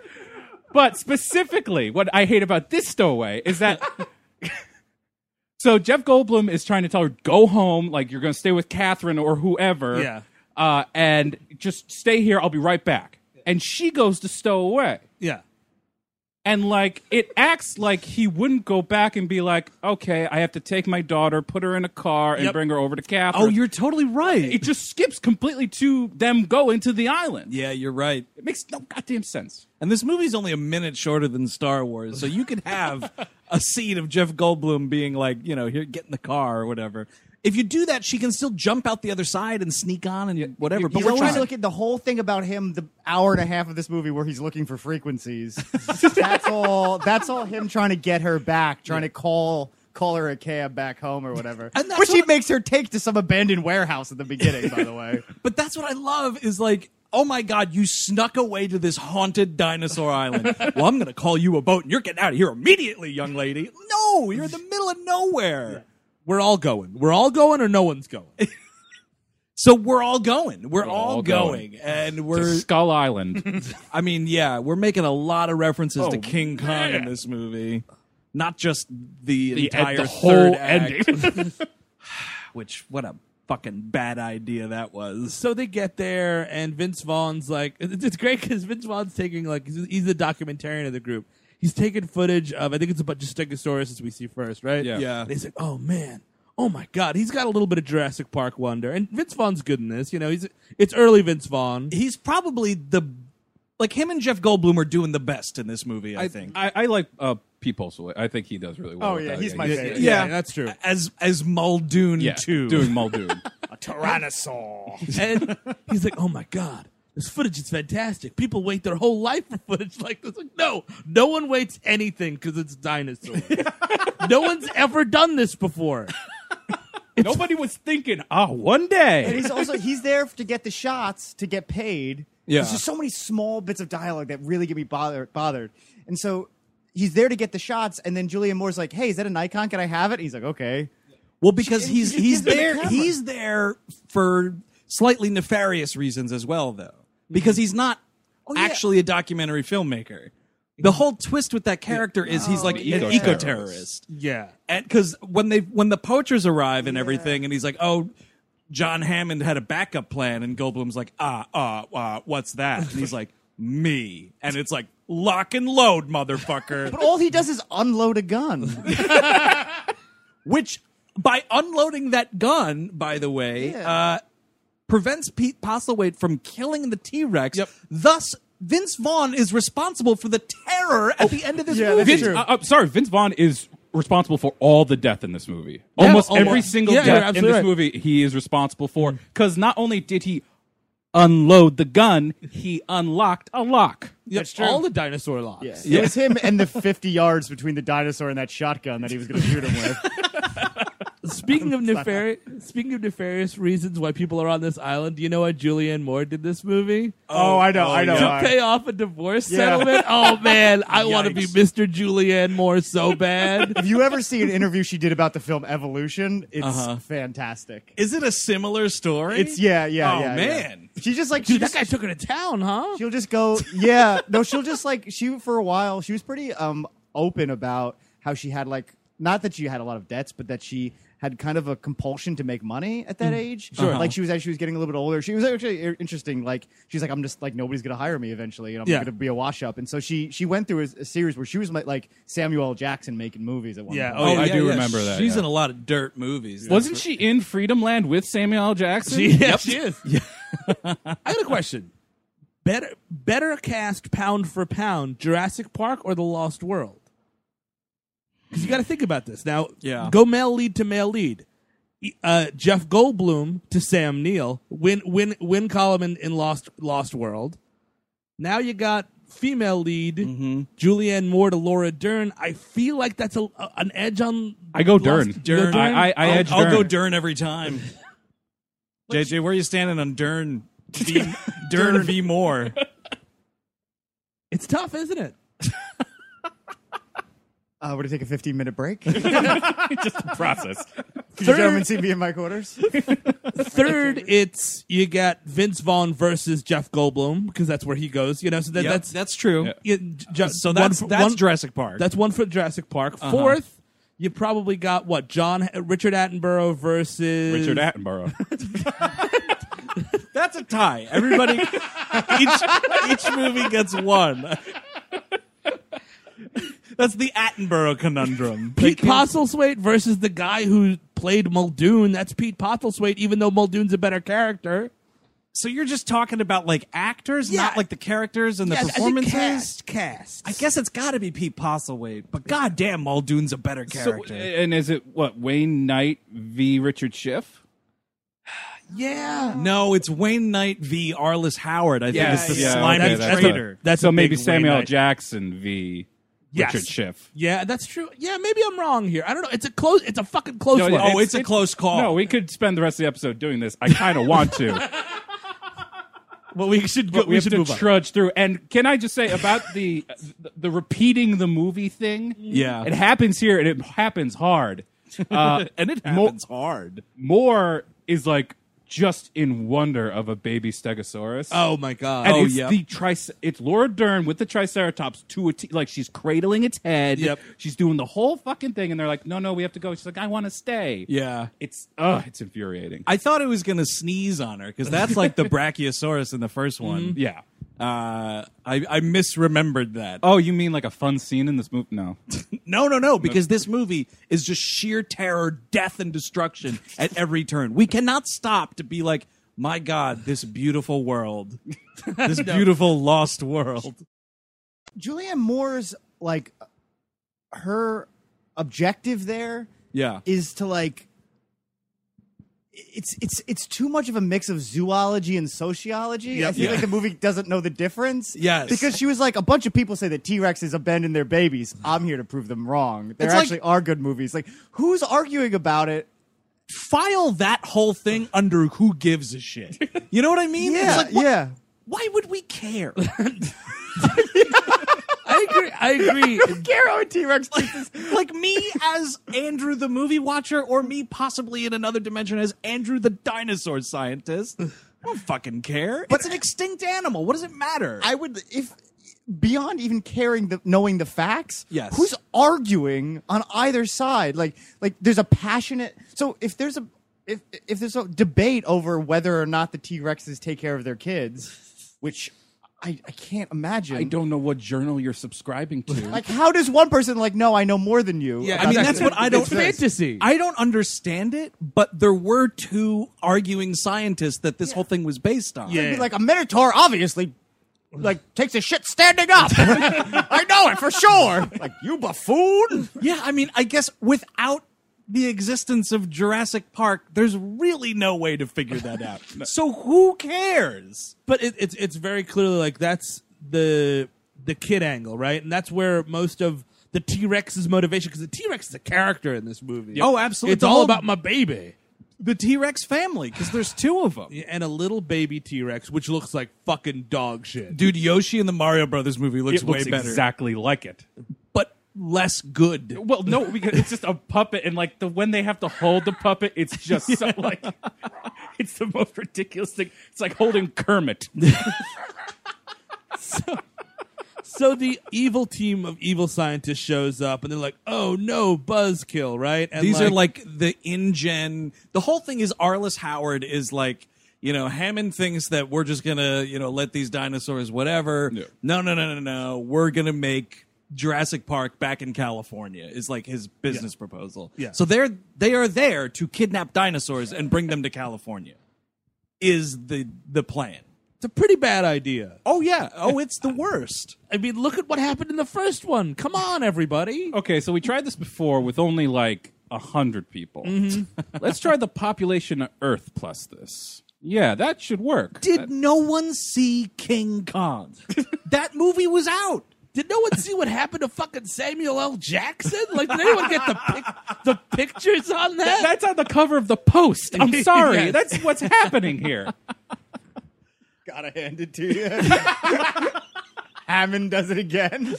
but specifically, what I hate about this stowaway is that. so Jeff Goldblum is trying to tell her go home, like you're going to stay with Catherine or whoever, Yeah. uh, and just stay here. I'll be right back. And she goes to stow away Yeah. and like it acts like he wouldn't go back and be like, okay, I have to take my daughter, put her in a car, and Yep. bring her over to Catherine. oh, you're totally right. it just skips completely to them going to the island. yeah, you're right. It makes no goddamn sense. And this movie's only a minute shorter than Star Wars, so you could have a scene of Jeff Goldblum being like, you know, here, get in the car or whatever. If you do that, she can still jump out the other side and sneak on and whatever. But He's we're always trying to. looking the whole thing about him, the hour and a half of this movie where he's looking for frequencies. that's all that's all him trying to get her back, trying to call call her a cab back home or whatever. And that's Which he what- makes her take to some abandoned warehouse at the beginning, by the way. But that's what I love is like, oh my god, you snuck away to this haunted dinosaur island. well, I'm gonna call you a boat, and you're getting out of here immediately, young lady. No, you're in the middle of nowhere. We're all going. We're all going, or no one's going. So we're all going. We're, all, all going. going. and To we're. Skull Island. I mean, yeah, we're making a lot of references to Oh, King Kong in this movie, not just the, The entire end- the third whole act, ending. which what a fucking bad idea that was. So they get there, and Vince Vaughn's like, it's it's great because Vince Vaughn's taking like he's- he's the documentarian of the group. He's taking footage of I think it's a bunch of Stegosauruses we see first, right? Yeah. Yeah. And he's like, oh man, oh my god, he's got a little bit of Jurassic Park wonder, and Vince Vaughn's good in this. You know, he's it's early Vince Vaughn. He's probably the like him and Jeff Goldblum are doing the best in this movie. I, think. I, I like uh, Pete Postlewaite. I think he does really well. Oh, with yeah, that. he's my favorite. Yeah. that's true. as as Muldoon Yeah, too. doing Muldoon. A tyrannosaur. and he's like, "Oh my god, this footage is fantastic. People wait their whole life for footage like this." Like, no, no one waits anything because it's dinosaurs. no one's ever done this before. Nobody was thinking, ah, one and day. he's also he's there to get the shots to get paid. Yeah. There's just so many small bits of dialogue that really get me bothered bothered. And so he's there to get the shots, and then Julian Moore's like, Hey, is that an icon? Can I have it? And he's like, Okay. Well, because She- he's she he's gives him the there camera. he's there for slightly nefarious reasons as well, though, because he's not yeah. actually a documentary filmmaker. The whole twist with that character is he's like Eco- an yeah. eco terrorist, Yeah, and because when they when the poachers arrive and everything, and he's like, oh. John Hammond had a backup plan, and Goldblum's like, ah, ah, ah, what's that? And he's like, me. And it's like, lock and load, motherfucker. But all he does is unload a gun. which by unloading that gun, by the way, Yeah. uh, prevents Pete Postlewaite from killing the T Rex. Yep. Thus, Vince Vaughn is responsible for the terror at the end of this movie. Vince, uh, uh, sorry, Vince Vaughn is responsible for all the death in this movie. almost almost. every single Yeah, you're death in absolutely this right. Mm. movie, he is responsible for. Because not only did he unload the gun, he unlocked a lock. that's true. All the dinosaur locks. It was him and the 50 yards between the dinosaur and that shotgun that he was going to shoot him with. Speaking of nefarious, speaking of nefarious reasons why people are on this island, do you know why Julianne Moore did this movie? oh, I know, I know. to I- pay off a divorce Yeah. settlement. Oh man, I want to be Yikes. Mr. Julianne Moore so bad. if you ever see an interview she did about the film Evolution, it's fantastic. Is it a similar story? It's yeah, yeah, Oh, yeah. yeah. man. she just like she Dude, that just, guy took her to town, huh? she'll just go yeah. No, she'll just like she for a while. She was pretty um open about how she had like not that she had a lot of debts, but that she had kind of a compulsion to make money at that age. Sure. Like she was as she was getting a little bit older. She was actually i- interesting. Like she's like I'm just like nobody's gonna hire me eventually, and I'm Yeah. gonna be a wash up. And so she she went through a, a series where she was like- like Samuel L. Jackson making movies at one Yeah, point. oh, I do remember that, She's yeah. in a lot of dirt movies. Wasn't she in Freedom Land with Samuel L. Jackson? She, yeah, she is. I got a question. Better, better cast pound for pound, Jurassic Park or The Lost World? Because you got to think about this now. Yeah. go male lead to male lead. E- Uh, Jeff Goldblum to Sam Neill. Win, win, win column in, in Lost Lost World. Now you got female lead, Mm-hmm. Julianne Moore to Laura Dern. I feel like that's a, a- an edge on. I go Lost- Dern. You go Dern? I, I, I I'll, edge I'll Dern. go Dern every time. JJ, where are you standing on Dern? V, Dern v Moore. it's tough, isn't it? Uh, we're gonna take a 15 minute break. Could Just the process. you gentlemen see me in my quarters? Third, it's you got Vince Vaughn versus Jeff Goldblum because that's where he goes. You know, so that, Yep, that's that's true. Yeah. yeah, j- ju- So one that's for- that's one- Jurassic Park. Uh-huh. That's one for Jurassic Park. Fourth, you probably got what John uh, Richard Attenborough versus Richard Attenborough. that's a tie. Everybody, each each movie gets one. That's the Attenborough conundrum. They Pete can't- Postlethwaite versus the guy who played Muldoon. That's Pete Postlethwaite, even though Muldoon's a better character. So you're just talking about like actors, Yeah. not like the characters and the Yeah, I think performances. cast, cast. I guess it's got to be Pete Postlewaite, but goddamn, Muldoon's a better so, character. and is it what Wayne Knight v. Richard Schiff? yeah. no, it's Wayne Knight v. Arliss Howard. I think Yeah, it's the yeah, slimy okay, that's traitor. a- that's so a maybe big Wayne Samuel Knight. Jackson v. Yes. Richard Schiff. Yeah, that's true. Yeah, maybe I'm wrong here. I don't know. It's a close. It's a fucking close one. oh, it's a close call. No, we could spend the rest of the episode doing this. I kind of want to. well, we should but we, have to trudge through. And can I just say about the the, the repeating the movie thing? Yeah. it happens here, and it happens hard. Uh, and it Mo- happens hard. Moore is like just in wonder of a baby stegosaurus. oh my god. And oh, it's yeah. the trice- it's Laura Dern with the Triceratops to a T. Like she's cradling its head. Yep. She's doing the whole fucking thing, and they're like, "No, no, we have to go." She's like, "I want to stay." Yeah. It's ugh, it's infuriating. I thought it was going to sneeze on her because that's like the Brachiosaurus in the first one. yeah. Uh, I, I misremembered that. Oh, you mean like a fun scene in this movie? No. No, no, no, because this movie is just sheer terror, death, and destruction at every turn. We cannot stop to be like, my God, this beautiful world, this beautiful lost world. Julianne Moore's like her objective there Yeah. is to like it's it's it's too much of a mix of zoology and sociology. I feel Yeah. like the movie doesn't know the difference. Yes. because she was like a bunch of people say that T Rexes abandon their babies. I'm here to prove them wrong. There It's like- actually are good movies. Like who's arguing about it? File that whole thing under who gives a shit. You know what I mean? Yeah, It's like, wh- yeah. Why would we care? I agree. I agree. Garrow and T Rex. like me as Andrew the movie watcher, or me possibly in another dimension as Andrew the dinosaur scientist. I don't fucking care. it's an extinct animal. What does it matter? I would if beyond even caring the knowing the facts. Yes. Who's arguing on either side? Like like there's a passionate. So if there's a if if there's a debate over whether or not the T Rexes take care of their kids, which I I can't imagine. I don't know what journal you're subscribing to. Like how does one person like no I know more than you? Yeah, about I mean, this?" that's what I don't. It's fantasy. I don't understand it, but there were two arguing scientists that this whole thing was based on. Yeah. It'd be like a minotaur obviously like takes a shit standing up. I know it for sure. Like you buffoon. Yeah, I mean, I guess without the existence of Jurassic Park, there's really no way to figure that out. So who cares? but it, it's it's very clearly like that's the the kid angle, right? And that's where most of the T Rex's motivation, because the T Rex is a character in this movie. Oh, absolutely. It's The all whole- about my baby The T Rex family, because there's two of them. and a little baby T Rex, which looks like fucking dog shit. Dude, Yoshi in the Mario Brothers movie looks It way looks better, exactly like it. but less good. Well, no, because it's just a puppet, and like the when they have to hold the puppet, it's just so, like it's the most ridiculous thing. It's like holding Kermit. So the evil team of evil scientists shows up, and they're like, "Oh no, Buzzkill!" Right? And These are like the InGen. The whole thing is Arliss Howard is like, you know, Hammond thinks that we're just gonna, you know, let these dinosaurs whatever. Yeah. No, no, no, no, no. We're gonna make Jurassic Park back in California is like his business proposal. Yeah. So they're they are there to kidnap dinosaurs and bring them to California. Is the the plan? it's a pretty bad idea. Oh yeah. Oh, it's the worst. I mean, look at what happened in the first one. Come on, everybody. Okay, so we tried this before with only like a hundred people. Let's try the population of Earth plus this. Yeah, that should work. Did no one see King Kong? that movie was out. Did no one see what happened to fucking Samuel L. Jackson? Like, did anyone get the pic- the pictures on that? That's on the cover of the post. I'm sorry. Yes. That's what's happening here. Gotta hand it to you. Hammond does it again.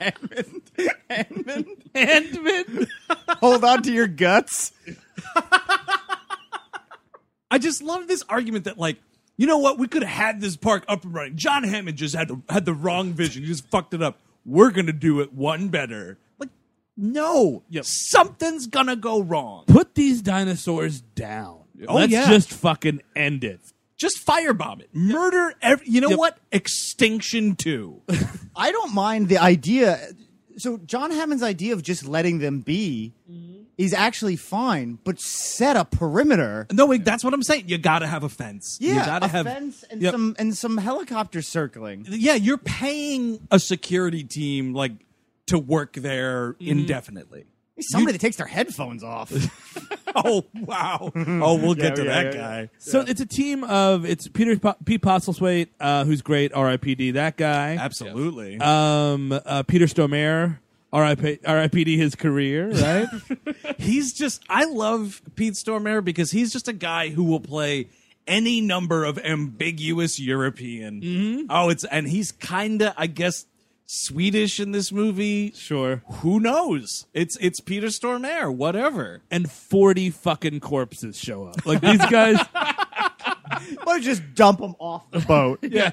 Hammond. Hammond. Handman. Hold on to your guts. I just love this argument that like, you know what? We could have had this park up and running. John Hammond just had the, had the wrong vision. He just fucked it up. We're gonna do it one better. Like, no, something's gonna go wrong. Put these dinosaurs down. Oh, Let's yeah. just fucking end it. Just firebomb it. Murder. Ev- you know what? Extinction two. I don't mind the idea. So John Hammond's idea of just letting them be Mm-hmm. is actually fine, but set a perimeter. no, wait, that's what I'm saying. You gotta have a fence. you Yeah, gotta a have fence and Yep. some and some helicopters circling. yeah, you're paying a security team like to work there Mm-hmm. indefinitely. Somebody that takes their headphones off. Oh wow! Oh, we'll get to yeah, that yeah, guy. yeah. So it's a team of it's Peter Po- Pete Postlethwaite, uh, who's great, R.I.P.D. That guy, Absolutely. um, uh, Peter Stormare, R.I.P. R.I.P.D. His career, right? Uh, he's just I love Pete Stormare because he's just a guy who will play any number of ambiguous European. Mm-hmm. Oh, it's and he's kinda, I guess, Swedish in this movie. sure. Who knows? It's it's Peter Stormare, whatever. And forty fucking corpses show up. Like these guys, Why don't you just dump them off the boat? yeah.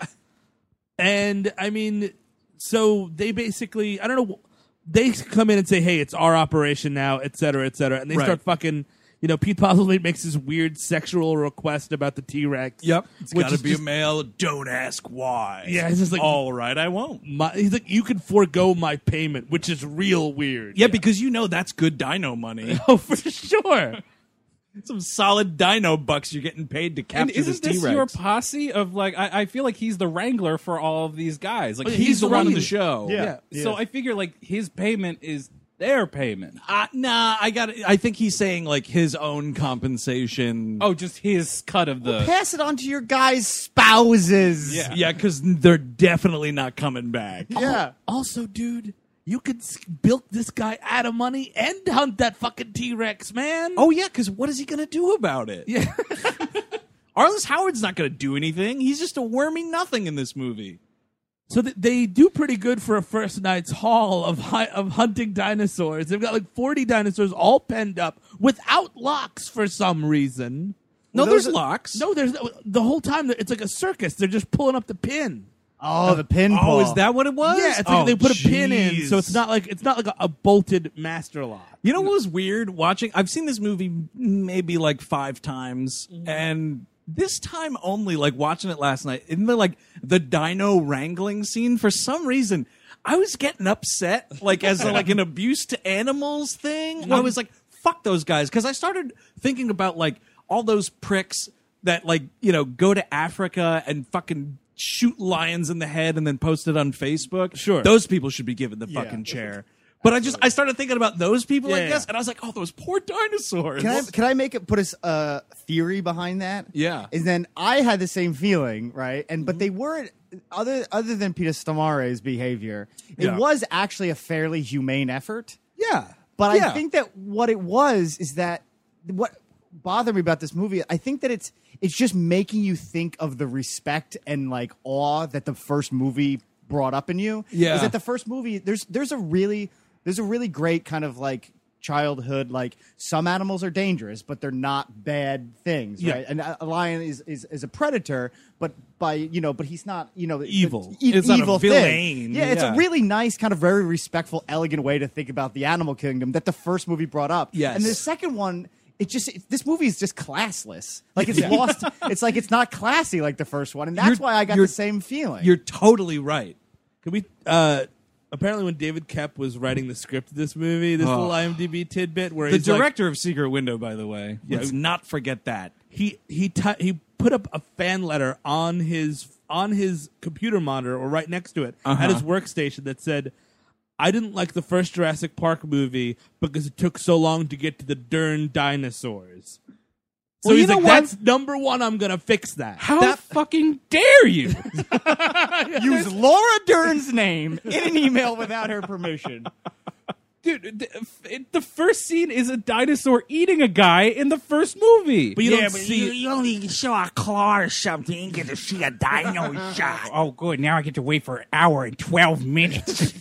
And I mean, so they basically, I don't know, they come in and say, hey, it's our operation now, et cetera, et cetera. And they Right. start fucking, you know, Pete Postlethwaite makes this weird sexual request about the T Rex. It's which gotta is be just a male. Don't ask why. Yeah, it's just like- all right, I won't. my, he's like, you can forego my payment, which is real weird. Yeah, because you know that's good dino money. Oh, for sure. Some solid dino bucks you're getting paid to capture And isn't this this T-Rex. your posse of like? I, I feel like he's the wrangler for all of these guys. Like Oh, yeah, he's, he's the on one. the show. Yeah. So I figure like his payment is their payment. Uh, nah, I got. I think he's saying like his own compensation. Oh, just his cut of the. Pass it on to your guys' spouses. Yeah. yeah, because they're definitely not coming back. Yeah. Also, dude, you could s- bilk this guy out of money and hunt that fucking T Rex, man. Oh yeah, because what is he gonna do about it? yeah. Arliss Howard's not gonna do anything. He's just a wormy nothing in this movie. So th- they do pretty good for a first night's haul of hi- of hunting dinosaurs. They've got like forty dinosaurs all penned up without locks for some reason. No, those there's are- locks. No, there's the whole time it's like a circus. They're just pulling up the pin. Oh, the pinball. Oh, is that what it was? Yeah, it's like Oh, they put a pin in, so it's jeez. not like it's not like a, a bolted master lock. You know what was weird watching? I've seen this movie maybe like five times, and this time only, like watching it last night, in the like the dino wrangling scene, for some reason, I was getting upset, like as a, like an abuse to animals thing. I was like, fuck those guys, because I started thinking about like all those pricks that like you know go to Africa and fucking shoot lions in the head and then post it on Facebook. Sure. those people should be given the fucking chair. But I just I started thinking about those people, Yeah, I guess, yeah. and I was like, oh, those poor dinosaurs. Can I can I make it put us a theory behind that? Yeah. Mm-hmm. And then I had the same feeling, right? And but they weren't other other than Peter Stamare's behavior. It Yeah. was actually a fairly humane effort. yeah, But I Yeah. think that what it was is that what bothered me about this movie, I think that it's it's just making you think of the respect and like awe that the first movie brought up in you. Yeah. Is that the first movie there's there's a really there's a really great kind of like childhood like some animals are dangerous but they're not bad things right and a a lion is, is is a predator but by you know but he's not you know Evil. e- It's not a evil villain. thing. yeah it's a Yeah. really really nice, kind of very respectful, elegant way to think about the animal kingdom that the first movie brought up. Yes. And the second one, it just it- this movie is just classless. Like it's lost. It's like it's not classy like the first one, and that's You're- why I got you're- the same feeling. you're totally right. Can we? Uh, apparently, when David Kep was writing the script of this movie, this Oh. little IMDb tidbit where The he's like, director of Secret Window, by the way, let's not forget that. he he t- he put up a fan letter on his on his computer monitor or right next to it at Uh-huh. his workstation that said I didn't like the first Jurassic Park movie because it took so long to get to the darn dinosaurs. So Well, you he's know like, what? that's number one. I'm gonna fix that. How fucking dare you? Use Laura Dern's name in an email without her permission. Dude, the, it- the first scene is a dinosaur eating a guy in the first movie. But you don't see. it. only show a claw or something. You get to see a dino shot. oh, good. Now I get to wait for an hour and 12 minutes.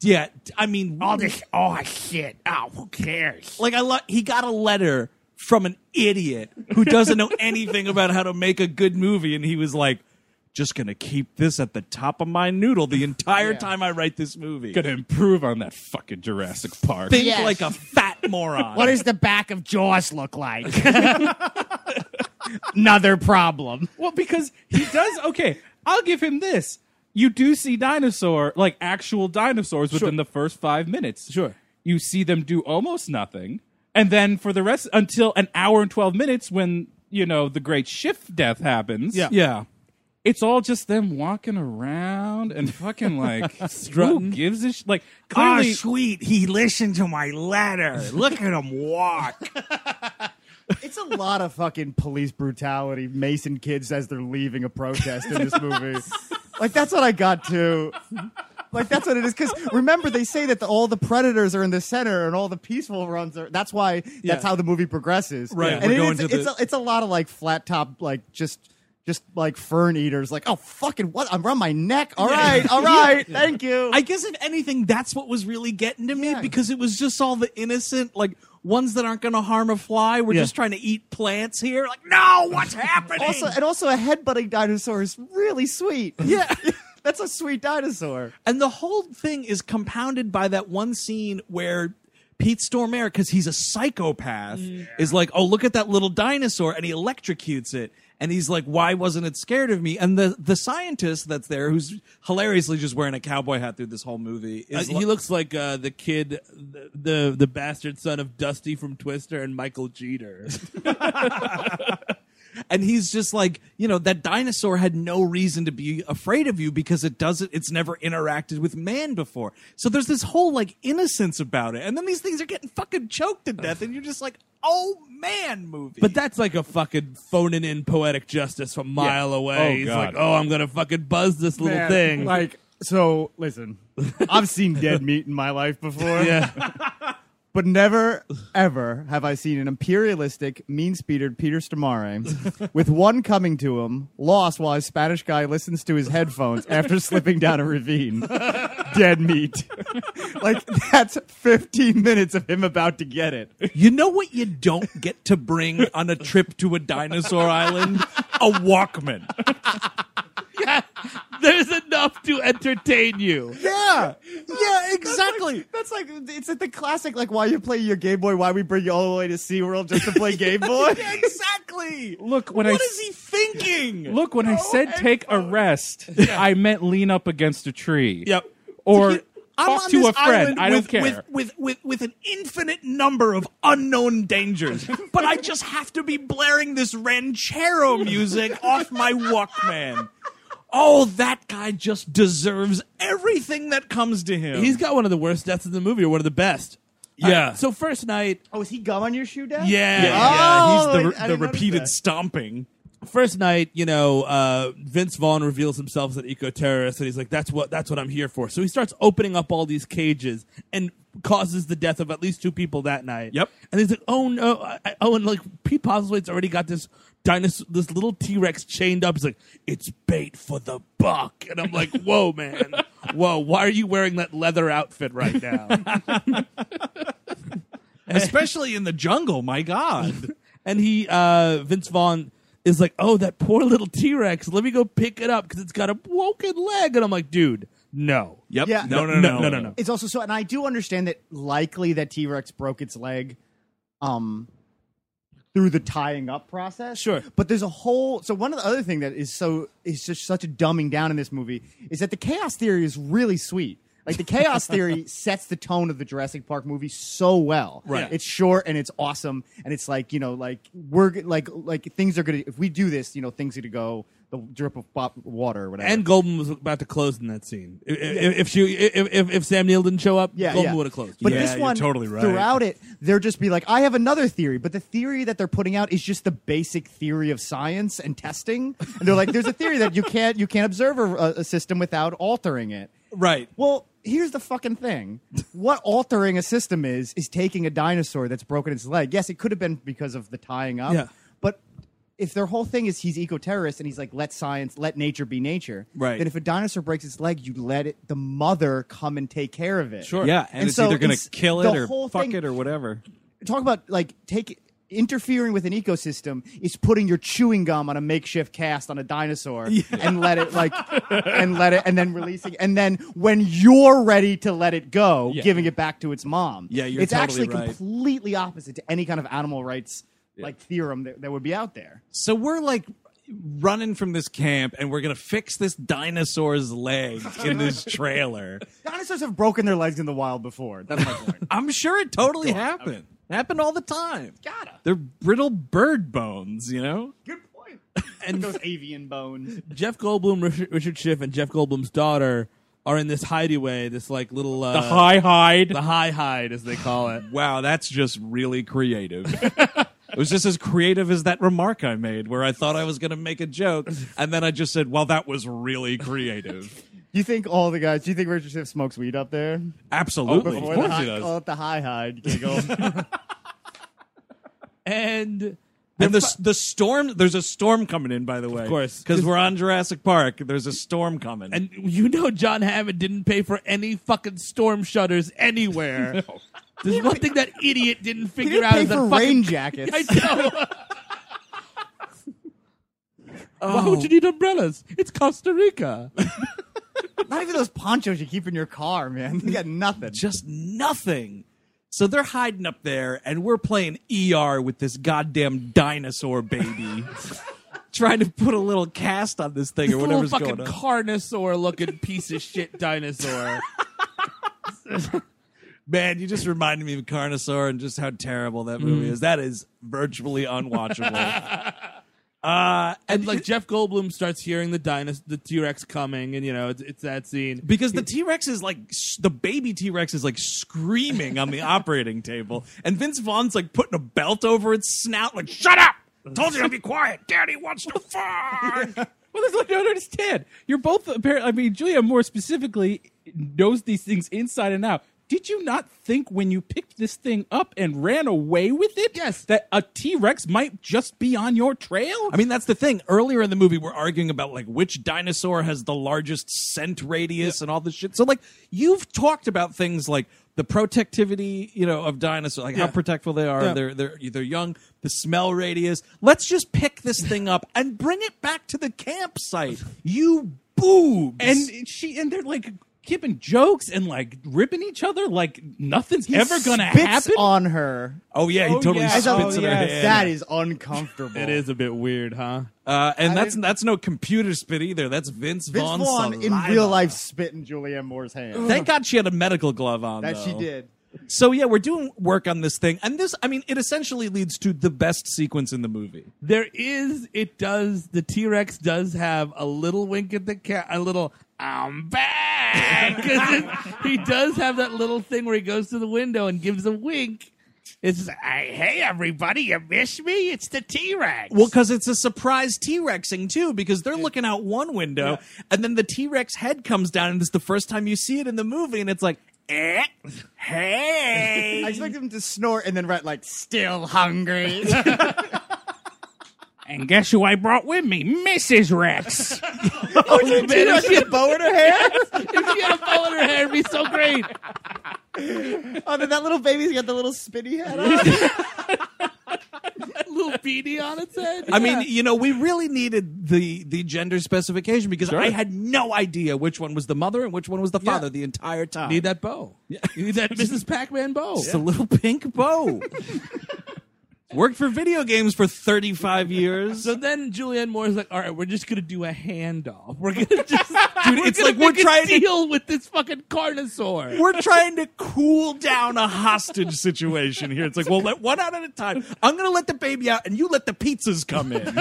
Yeah, t- I mean, All this, oh shit. Oh, who cares? like I lo- he got a letter from an idiot who doesn't know anything about how to make a good movie, and he was like, "Just gonna keep this at the top of my noodle the entire time I write this movie. Gonna improve on that fucking Jurassic Park. Think Yes. like a fat moron." What does the back of Jaws look like? Another problem. Well, because he does. Okay, I'll give him this. You do see dinosaur, like actual dinosaurs, within the first five minutes. Sure. You see them do almost nothing, and then for the rest until an hour and twelve minutes when you know the great shift death happens. Yeah. yeah, It's all just them walking around and fucking like Strutting. Who gives a sh- like Oh, clearly. sweet. He listened to my letter. Look at him walk. It's a lot of fucking police brutality, Mason kids as they're leaving a protest in this movie. Like that's what I got to. Like that's what it is. Because remember, they say that the, all the predators are in the center and all the peaceful ones are. That's why. That's Yeah. how the movie progresses. Right, And we're it- going it's, to the- it's, a, it's a lot of like flat top, like just. Just like fern eaters, like oh fucking what? I'm around my neck. All right, all right, thank you. I guess if anything, that's what was really getting to me Yeah. because it was just all the innocent, like ones that aren't going to harm a fly. We're Yeah. just trying to eat plants here. Like, No, what's happening? also, and also a headbutting dinosaur is really sweet. Yeah, that's a sweet dinosaur. and the whole thing is compounded by that one scene where Pete Stormare, because he's a psychopath, is like, "Oh, look at that little dinosaur," and he electrocutes it. And he's like, "Why wasn't it scared of me?" And the the scientist that's there, who's hilariously just wearing a cowboy hat through this whole movie, Uh, is he li- looks like uh, the kid, the, the the bastard son of Dusty from Twister and Michael Jeter. and he's just like you know that dinosaur had no reason to be afraid of you because it doesn't it's never interacted with man before so there's this whole like innocence about it and then these things are getting fucking choked to death and you're just like oh man movie But that's like a fucking phoning in poetic justice from a mile away. Oh, He's God. like, oh, I'm gonna fucking buzz this little thing. Like, so listen, I've seen dead meat in my life before, yeah, but never, ever have I seen an imperialistic, mean spirited Peter Stamare with one coming to him, lost while his Spanish guy listens to his headphones after slipping down a ravine. dead meat. like, that's 15 minutes of him about to get it. you know what you don't get to bring on a trip to a dinosaur island a walkman there's enough to entertain you. Yeah. yeah exactly That's like it's like the classic like why you play your Game Boy, why we bring you all the way to SeaWorld just to play Game Boy. exactly Look when I what s- is he thinking look when I said take a rest, I meant lean up against a tree. Yep. Or I'm talk on to this a friend. island I don't with, care. With, with, with, with an infinite number of unknown dangers, but I just have to be blaring this ranchero music off my Walkman. Oh, that guy just deserves everything that comes to him. He's got one of the worst deaths in the movie, or one of the best. Um, Yeah. Uh, so first night, Oh, is he gum on your shoe, Dad? yeah, yeah, Oh, he's the, I didn't the notice repeated that. stomping. first night, you know, uh, Vince Vaughn reveals himself as an eco-terrorist, and he's like, "That's what that's what I'm here for." So he starts opening up all these cages and causes the death of at least two people that night. Yep. And he's like, "Oh no!" I, I- oh, and like Pete Postlethwaite's already got this dinosaur, this little T-Rex chained up. He's like, "It's bait for the buck," and I'm like, "Whoa, man! Whoa! Why are you wearing that leather outfit right now?" Especially in the jungle, my God. and he uh Vince Vaughn is like, "Oh, that poor little T-Rex. Let me go pick it up cuz it's got a broken leg." And I'm like, "Dude, no." Yep. Yeah. No, no, No, no, no, no, no. It's also so, and I do understand that likely that T Rex broke its leg, um, through the tying up process. Sure. but there's a whole. So one of the other thing that is so is just such a dumbing down in this movie is that the chaos theory is really sweet. Like the chaos theory sets the tone of the Jurassic Park movie so well. Right. It's short and it's awesome and it's like you know like we're g- like like things are gonna if we do this you know things are gonna go the drip of pop water or whatever. And Goldman was about to close in that scene. If, if, if she, if, if- if Sam Neill didn't show up, yeah, Goldman yeah. would have closed. But Yeah, this you're one, totally right. throughout it, they'll just be like, "I have another theory," but the theory that they're putting out is just the basic theory of science and testing. And they're like, "There's a theory that you can't you can't observe a, a- a system without altering it." Right. Well, here's the fucking thing: what altering a system is is taking a dinosaur that's broken its leg. Yes, it could have been because of the tying up, Yeah. but. If their whole thing is he's eco terrorist and he's like let science let nature be nature, Right. Then if a dinosaur breaks its leg, you let it the mother come and take care of it. Sure. Yeah, and, it's either going to kill the it or whole fuck thing- it or whatever. Talk about like take interfering with an ecosystem is putting your chewing gum on a makeshift cast on a dinosaur and let it like and let it and then releasing and then when you're ready to let it go, giving it back to its mom. Yeah, you're it's totally actually right. completely opposite to any kind of animal rights like theorem that, that would be out there. So we're like running from this camp and we're going to fix this dinosaur's leg in this trailer. Dinosaurs have broken their legs in the wild before. That's my point. I'm sure it totally happened. Happened all the time. Gotta. They're brittle bird bones, you know? Good point. And those avian bones. Jeff Goldblum, Richard, Richard Schiff, and Jeff Goldblum's daughter are in this hideaway, this like little uh, The high hide. the high hide as they call it. Wow, that's just really creative. it was just as creative as that remark I made where I thought I was going to make a joke and then I just said, well, that was really creative. Do you think all the guys? Do you think Richard Schiff smokes weed up there? Absolutely. Before the high, call it the high hide. You go. And And the, s- the storm, there's a storm coming in, by the way. Of course. Because we're on Jurassic Park. There's a storm coming. and you know John Hammond didn't pay for any fucking storm shutters anywhere. There's one thing that idiot didn't he figure didn't out pay is that for fucking rain jackets. I know. Why would you need umbrellas? It's Costa Rica. Not even those ponchos you keep in your car, man. They got nothing. just nothing. So they're hiding up there, and we're playing ER with this goddamn dinosaur baby, trying to put a little cast on this thing or Little whatever's fucking going on. carnosaur looking piece of shit dinosaur. Man, you just reminded me of Carnosaur and just how terrible that movie is. That is virtually unwatchable. uh, and like Jeff Goldblum starts hearing the dinos- the T Rex coming, and you know it's, it's that scene. because the T Rex is like s- the baby T Rex is like screaming on the operating table, and Vince Vaughn's like putting a belt over its snout, like shut up. Told you to be quiet. Daddy wants to fuck. Well, that's what I don't understand. You're both apparently. I mean, Julia more specifically knows these things inside and out. Did you not think when you picked this thing up and ran away with it, Yes. that a T Rex might just be on your trail? I mean, that's the thing. Earlier in the movie, we're arguing about like which dinosaur has the largest scent radius and all this shit. So, like, you've talked about things like the protectivity, you know, of dinosaurs, like Yeah. how protectful they are. Yeah. They're they're they're young. The smell radius. Let's just pick this thing up and bring it back to the campsite. You boobs. and she and they're like giving jokes and like ripping each other like nothing's He ever gonna spits happen. on her. oh yeah, he Oh, totally yeah. As spits a- Oh, in her yes. hand. That is uncomfortable. It is a bit weird, huh? Uh, and I that's mean- that's no computer spit either. That's Vince, Vince Vaughn's Vaughn in saliva. real life spit in Julianne Moore's hand. Thank God she had a medical glove on. that she though. did. So yeah, we're doing work on this thing, and this—I mean—it essentially leads to the best sequence in the movie. There is, it does. The T Rex does have a little wink at the cat, a little "I'm back." 'Cause it- he does have that little thing where he goes to the window and gives a wink. It's just, "I- hey everybody, you miss me? It's the T Rex. Well, because it's a surprise T-Rexing too, because they're looking out one window, and then the T-Rex head comes down, and it's the first time you see it in the movie, and it's like, eh, I hey, expect him to snort and then write like "still hungry." and guess who I brought with me, Mrs. Rex. man, if she, had, Bow in her hair. if she had a bow in her hair, it'd be so great. Oh, then that little baby's got the little spitty head on. A little beanie on its head. I mean, you know, we really needed the the gender specification because I had no idea which one was the mother and which one was the father the entire time. need that bow. You need that Mrs. Pac Man bow. It's a little pink bow. Worked for video games for 35 years. So then Julianne Moore's like, all right, we're just gonna do a handoff. We're gonna just, Dude, we're it's gonna like we're make a trying to- deal with this fucking carnosaur. We're trying to cool down a hostage situation here. It's like, well, let one out at a time. I'm going to let the baby out and you let the pizzas come in.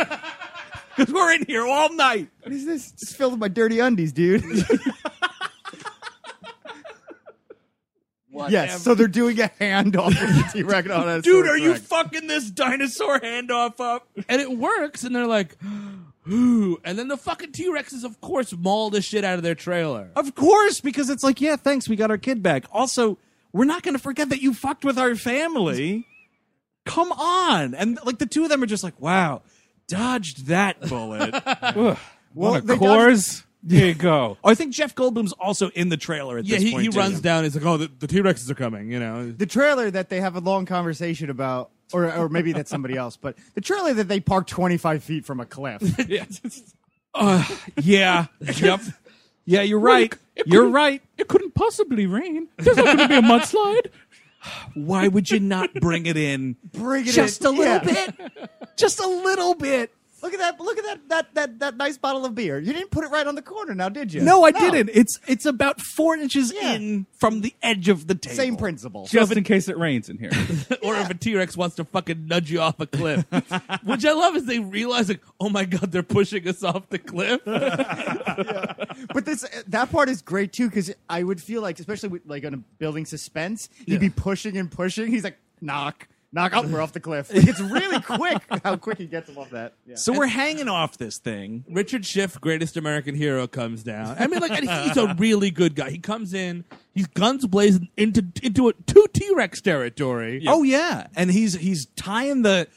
Because we're in here all night. What is this? It's filled with my dirty undies, dude. yes, so they're doing a handoff with the T-Rex on us. Dude, are you fucking this dinosaur handoff up? and it works, and they're like, ooh. And then the fucking T Rexes, of course, maul the shit out of their trailer. Of course, because it's like, yeah, thanks, we got our kid back. Also, we're not going to forget that you fucked with our family. Come on. And like the two of them are just like, wow, dodged that bullet. well, What a they Coors. There you go. I think Jeff Goldblum's also in the trailer at Yeah, this he, point. he too. runs down. He's like, oh, the T Rexes are coming, you know. the trailer that they have a long conversation about, or or maybe that's somebody else, but the trailer that they park 25 feet from a cliff. Yeah. yep. Yeah, you're right. You're right. It couldn't possibly rain. There's not going to be a mudslide. Why would you not bring it in? Bring it just in. a little Yeah. bit. Just a little bit. Look at that! Look at that! That that that nice bottle of beer. You didn't put it right on the corner, now did you? No, I didn't. It's it's about four inches Yeah. in from the edge of the table. Same principle. Just in case it rains in here. or if a T Rex wants to fucking nudge you off a cliff. Which I love is they realize, like, oh my God, they're pushing us off the cliff. But this that part is great too because I would feel like, especially with, like on a building suspense, he'd be pushing and pushing. He's like, knock, knock out, we're off the cliff. Like, it's really quick how quick he gets him off that. Yeah. So we're hanging off this thing. Richard Schiff, greatest American hero, comes down. I mean, like, and he's a really good guy. He comes in, he's guns blazing into into a two T Rex territory. Oh yeah, and he's he's tying the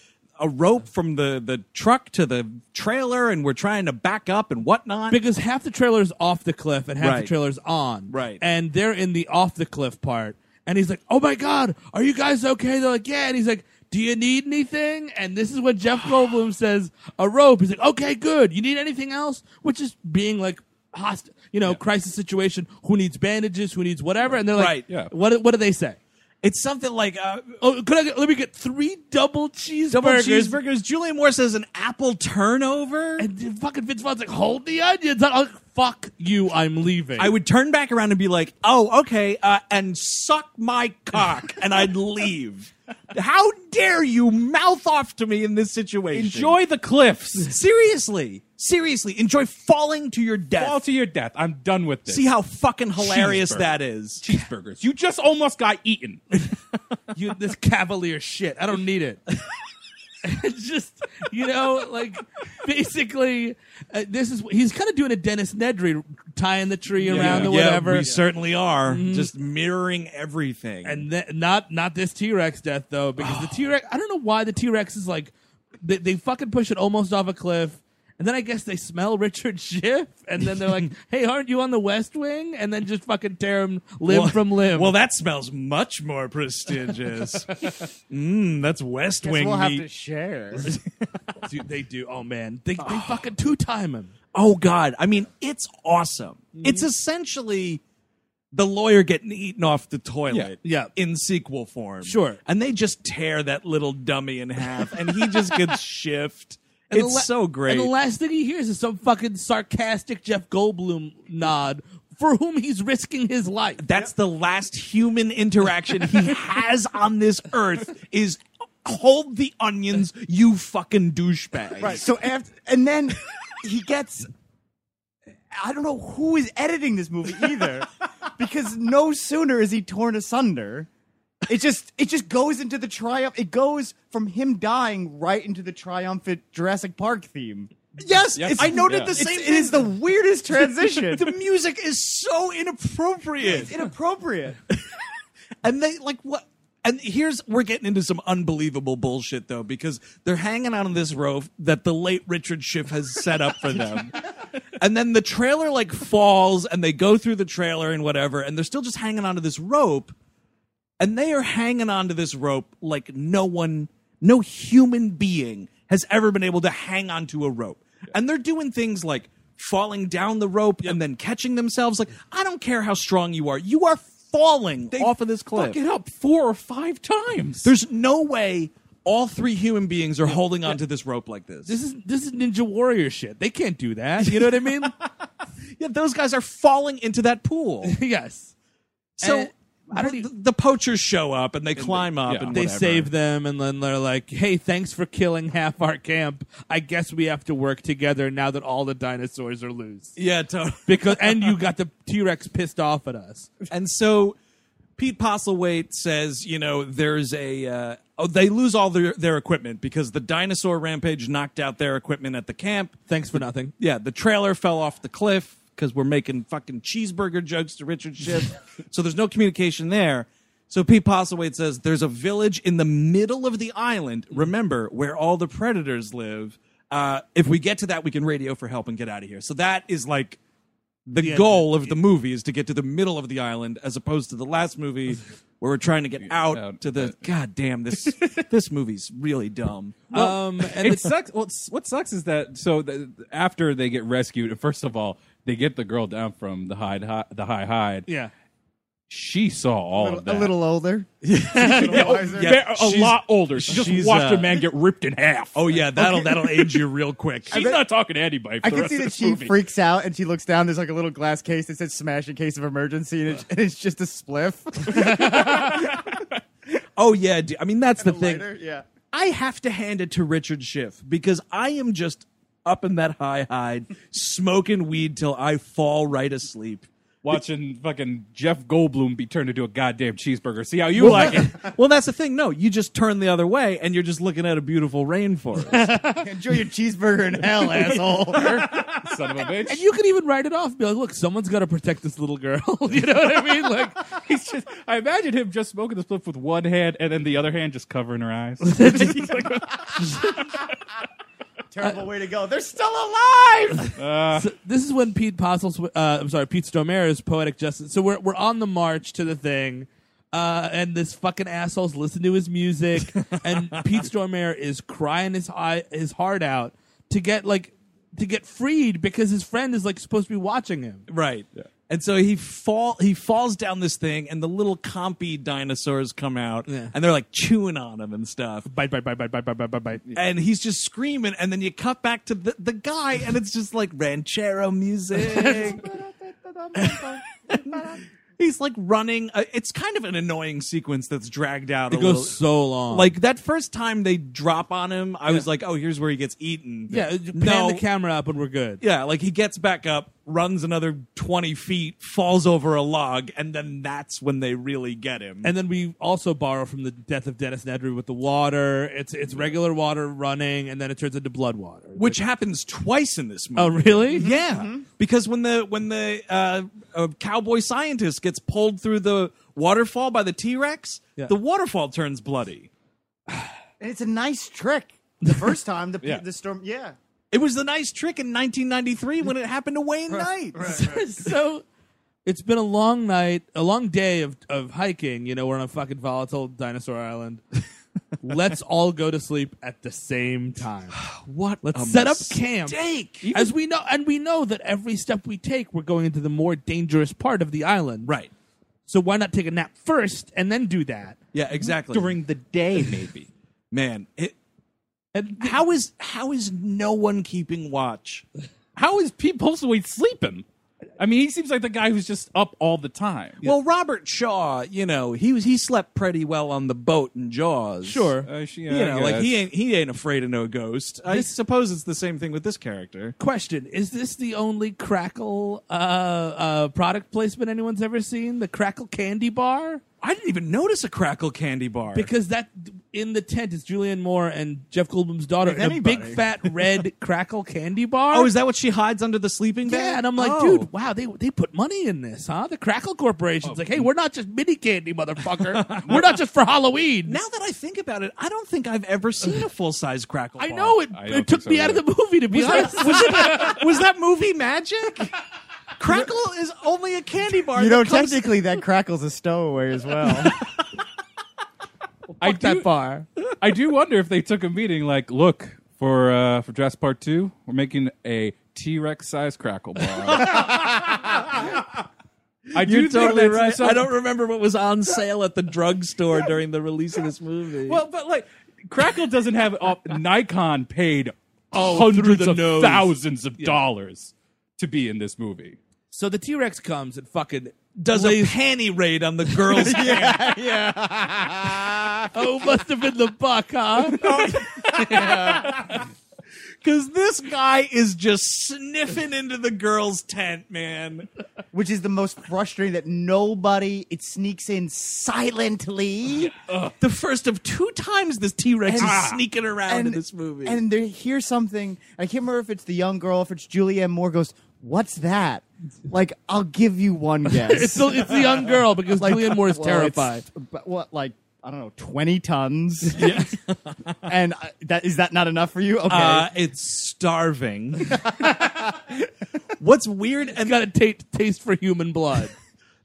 a rope from the the truck to the trailer, and we're trying to back up and whatnot. because half the trailer's off the cliff and half Right. the trailer's on. Right. And they're in the off the cliff part. And he's like, "Oh my god, are you guys okay?" They're like, "Yeah." And he's like, "Do you need anything?" And this is what Jeff Goldblum says: "A rope." He's like, "Okay, good. You need anything else?" Which is being like. Host, you know, crisis situation. Who needs bandages? Who needs whatever? And they're like, Right, yeah. "What? What do they say? it's something like uh, Oh, could I get, let me get three double cheeseburgers?" double cheeseburgers. Julian Moore says an apple turnover. And then fucking Vince Vaughn's like, "Hold the onions!" I'm like, "Fuck you! I'm leaving." I would turn back around and be like, "Oh, okay," uh, and suck my cock, and I'd leave. How dare you mouth off to me in this situation? Enjoy the cliffs. seriously, seriously, enjoy falling to your death. Fall to your death. I'm done with this. See how fucking hilarious Cheeseburger. that is. cheeseburgers. You just almost got eaten. you this cavalier shit. I don't need it. It's just you know, like basically, uh, this is he's kind of doing a Dennis Nedry tying the tree around or whatever, Yeah, we certainly are. Just mirroring everything. and th- not not this T Rex death though, because the T Rex. I don't know why the T Rex is like they, they fucking push it almost off a cliff. And then I guess they smell Richard Schiff, and then they're like, "Hey, aren't you on the West Wing?" And then just fucking tear him limb Well- from limb. Well, that smells much more prestigious. Mmm, that's West Guess Wing we'll meat. have to share. Dude, they do. Oh man, they they fucking two time him. oh god i mean it's awesome it's essentially the lawyer getting eaten off the toilet Yeah, yeah. in sequel form Sure. and they just tear that little dummy in half and he just gets shift And the it's la- so great And the last thing he hears is some fucking sarcastic Jeff Goldblum nod for whom he's risking his life. that's the last human interaction he has on this earth is hold the onions you fucking douchebag Right. So after, and then he gets. I don't know who is editing this movie either, because no sooner is he torn asunder, it just it just goes into the triumph. It goes from him dying right into the triumphant Jurassic Park theme. yes, Yes. i noted Yeah. the It's, same it is the weirdest transition. the music is so inappropriate Inappropriate. Oh, And they like what? And here's we're getting into some unbelievable bullshit though because they're hanging out on this rope that the late Richard Schiff has set up for them. and then the trailer like falls and they go through the trailer and whatever and they're still just hanging onto this rope and they are hanging onto this rope like no one no human being has ever been able to hang onto a rope. And they're doing things like falling down the rope and then catching themselves like I don't care how strong you are. You are falling off of this cliff. Fuck it up four or five times. There's no way all three human beings are holding onto this rope like this. This is this is Ninja Warrior shit. They can't do that. You know what I mean? yeah, those guys are falling into that pool. yes. So And I don't the, even- the poachers show up and they climb up yeah. and They whatever. save them, and then they're like, "Hey, thanks for killing half our camp. I guess we have to work together now that all the dinosaurs are loose." Yeah, totally. Because and you got the T Rex pissed off at us. And so Pete Postlewaite says, you know, there's a. Uh, oh, they lose all their, their equipment because the dinosaur rampage knocked out their equipment at the camp. Thanks for nothing. Yeah, the trailer fell off the cliff because we're making fucking cheeseburger jokes to Richard Schiff. so there's no communication there. So Pete Postlewaite says there's a village in the middle of the island. Remember where all the predators live. Uh, if we get to that, we can radio for help and get out of here. So that is like the goal of the movie is to get to the middle of the island, as opposed to the last movie where we're trying to get out, out. to the. God damn this! this movie's really dumb. Um, and it sucks. Well, it's- what sucks is that so the, after they get rescued, first of all, they get the girl down from the hide, hi, the high hide. yeah, she saw all A of that. oh, little older. A little wiser. They're a lot older. She she's, just watched uh, a man get ripped in half. Oh yeah, that'll that'll age you real quick. she's not talking to anybody. For I the can rest see of that this she movie. freaks out and she looks down. There's like a little glass case that says "Smash in case of emergency," and it's, and it's just a spliff. Oh yeah, d- I mean that's the thing. Lighter, yeah. I have to hand it to Richard Schiff because I am just up in that high hide, smoking weed till I fall right asleep. watching fucking Jeff Goldblum be turned into a goddamn cheeseburger. See how you Well, like it. that- well, that's the thing. No, you just turn the other way and you're just looking at a beautiful rainforest. Enjoy your cheeseburger in hell, asshole. Uh, Son of a and bitch. you could even write it off. Be like, "Look, someone's got to protect this little girl." you know what I mean? Like, He's just, I imagine him just smoking the spliff with one hand and then the other hand just covering her eyes. Just like, Terrible way to go. They're still alive. uh, So this is when Pete Postle's, uh, I'm sorry, Pete Stomera's poetic justice. So we're we're on the march to the thing, uh, and this fucking asshole's listening to his music, and Pete Stormare is crying his eye, his heart out to get like to get freed because his friend is like supposed to be watching him. right. And so he fall he falls down this thing and the little compy dinosaurs come out Yeah. and they're like chewing on him and stuff. Bite, bite, bite, bite, bite, bite, bite, bite, bite. and he's just screaming and then you cut back to the, the guy and it's just like ranchero music he's like running uh, it's kind of an annoying sequence that's dragged out a It goes little so long. like that first time they drop on him i was like oh here's where he gets eaten yeah, uh, just pan no the camera up and we're good. yeah like he gets back up runs another 20 feet falls over a log and then that's when they really get him And then we also borrow from the death of Dennis Nedry with the water. It's it's regular water running, and then it turns into blood water. which happens twice in this movie oh really? Yeah, because when the when the uh, uh, cowboy scientist gets pulled through the waterfall by the T Rex, Yeah. the waterfall turns bloody. and it's a nice trick. The first time, the Yeah. the storm. Yeah. It was the nice trick in 1993 when it happened to Wayne Knight. so it's been a long night, a long day of, of hiking. You know, we're on a fucking volatile dinosaur island. Let's all go to sleep at the same time. What? Let's a set up camp. mistake. As we know, and we know that every step we take, we're going into the more dangerous part of the island. Right. So why not take a nap first and then do that? Yeah. Exactly. during the day, maybe. man, it, And how is how is no one keeping watch? How is Pete Postlewaite sleeping? I mean, he seems like the guy who's just up all the time. Well, Robert Shaw, you know, he was he slept pretty well on the boat in Jaws. sure, Uh, she- You know, I like he guess. ain't he ain't afraid of no ghost. I suppose it's the same thing with this character. question: Is this the only Crackle uh, uh, product placement anyone's ever seen? The Crackle candy bar? I didn't even notice a crackle candy bar. because that in the tent is Julianne Moore and Jeff Goldblum's daughter If in a big anybody. fat red crackle candy bar. Oh, is that what she hides under the sleeping bag? yeah, and I'm like, Oh. dude, wow, they they put money in this, huh? The Crackle Oh. Corporation's like, hey, we're not just mini candy, motherfucker. we're not just for Halloween. Now that I think about it, I don't think I've ever seen a full size crackle. I bar. know it. I don't It took think so me out of either. the movie to be honest. Was that, was that movie magic? Crackle is only a candy bar. You that know, comes- technically, that crackle's a stowaway as well. I that do- far. I do wonder if they took a meeting like, look for uh, for Jurassic Part Two, we're making a T Rex size crackle bar. I do You're think totally that's right. some- I don't remember what was on sale at the drugstore during the release of this movie. Well, but like, Crackle doesn't have uh, Nikon paid through hundreds the of nose. thousands of dollars to be in this movie. So the T Rex comes and fucking Does a lays- panty raid on the girls. oh must have been the buck, huh? Because this guy is just sniffing into the girls' tent, man. which is the most frustrating that nobody it sneaks in silently The first of two times this T Rex And- is sneaking around Ah. and in this movie. and they hear something i can't remember if it's the young girl if it's julianne moore goes what's that like i'll give you one guess it's, the, it's the young girl because Julianne Moore is Well, it's terrified. about, what like i don't know 20 tons and I, that is that not enough for you okay Uh, it's starving. What's weird, It's and got a ta- taste for human blood.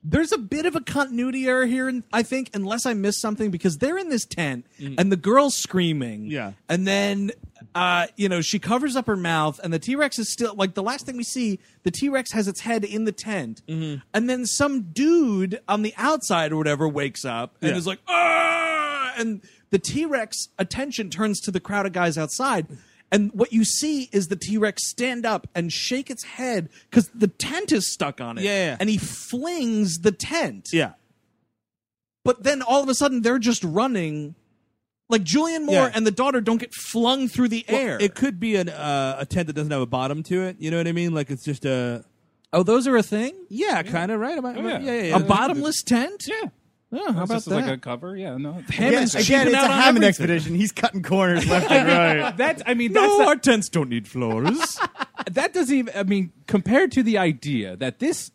there's a bit of a continuity error here, and I think, unless I missed something, because they're in this tent and the girl's screaming. Mm. Yeah. And then, uh, you know, she covers up her mouth, and the T Rex is still like the last thing we see. The T Rex has its head in the tent, Mm-hmm. and then some dude on the outside or whatever wakes up and Yeah. is like, "Ah!" and the T Rex attention turns to the crowd of guys outside. And what you see is the T Rex stand up and shake its head because the tent is stuck on it. Yeah. And he flings the tent. yeah. But then all of a sudden they're just running. Like Julian Moore Yeah. and the daughter don't get flung through the air. It could be an, uh, a tent that doesn't have a bottom to it. You know what I mean? Like it's just a. oh, those are a thing? Yeah, kind of right. Am I, am I- yeah. yeah, yeah, yeah. A bottomless tent? Yeah. Oh, how It's about just that? like a cover. Yeah, no. Again, Hammond's again, cheaping it's out a on Hammond everything. expedition. He's cutting corners left and right. That's I mean that's not- tents don't need floors. that doesn't even i mean compared to the idea that this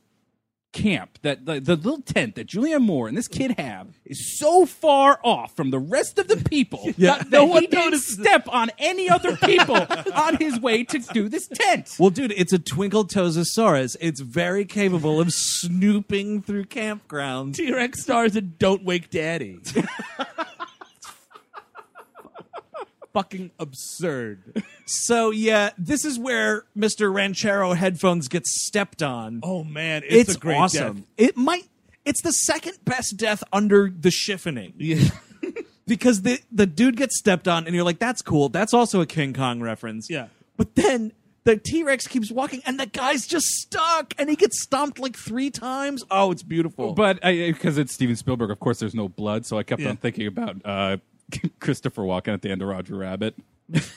camp that the, the little tent that julianne moore and this kid have is so far off from the rest of the people that no one noticed step on any other people on his way to do this tent well, dude, it's a twinkle toesosaurus. It's very capable of snooping through campgrounds. T Rex stars and Don't Wake Daddy. Fucking absurd. So, yeah, this is where Mr. Ranchero headphones get stepped on. Oh man, it's, it's, a great awesome. It might. It's the second best death under the chiffoning death. because the the dude gets stepped on, and you're like, "That's cool. That's also a King Kong reference." Yeah. But then the T Rex keeps walking, and the guy's just stuck, and he gets stomped like three times. Oh, it's beautiful. but because it's steven spielberg of course there's no blood so i kept Yeah. on thinking about uh, christopher walken at the end of roger rabbit just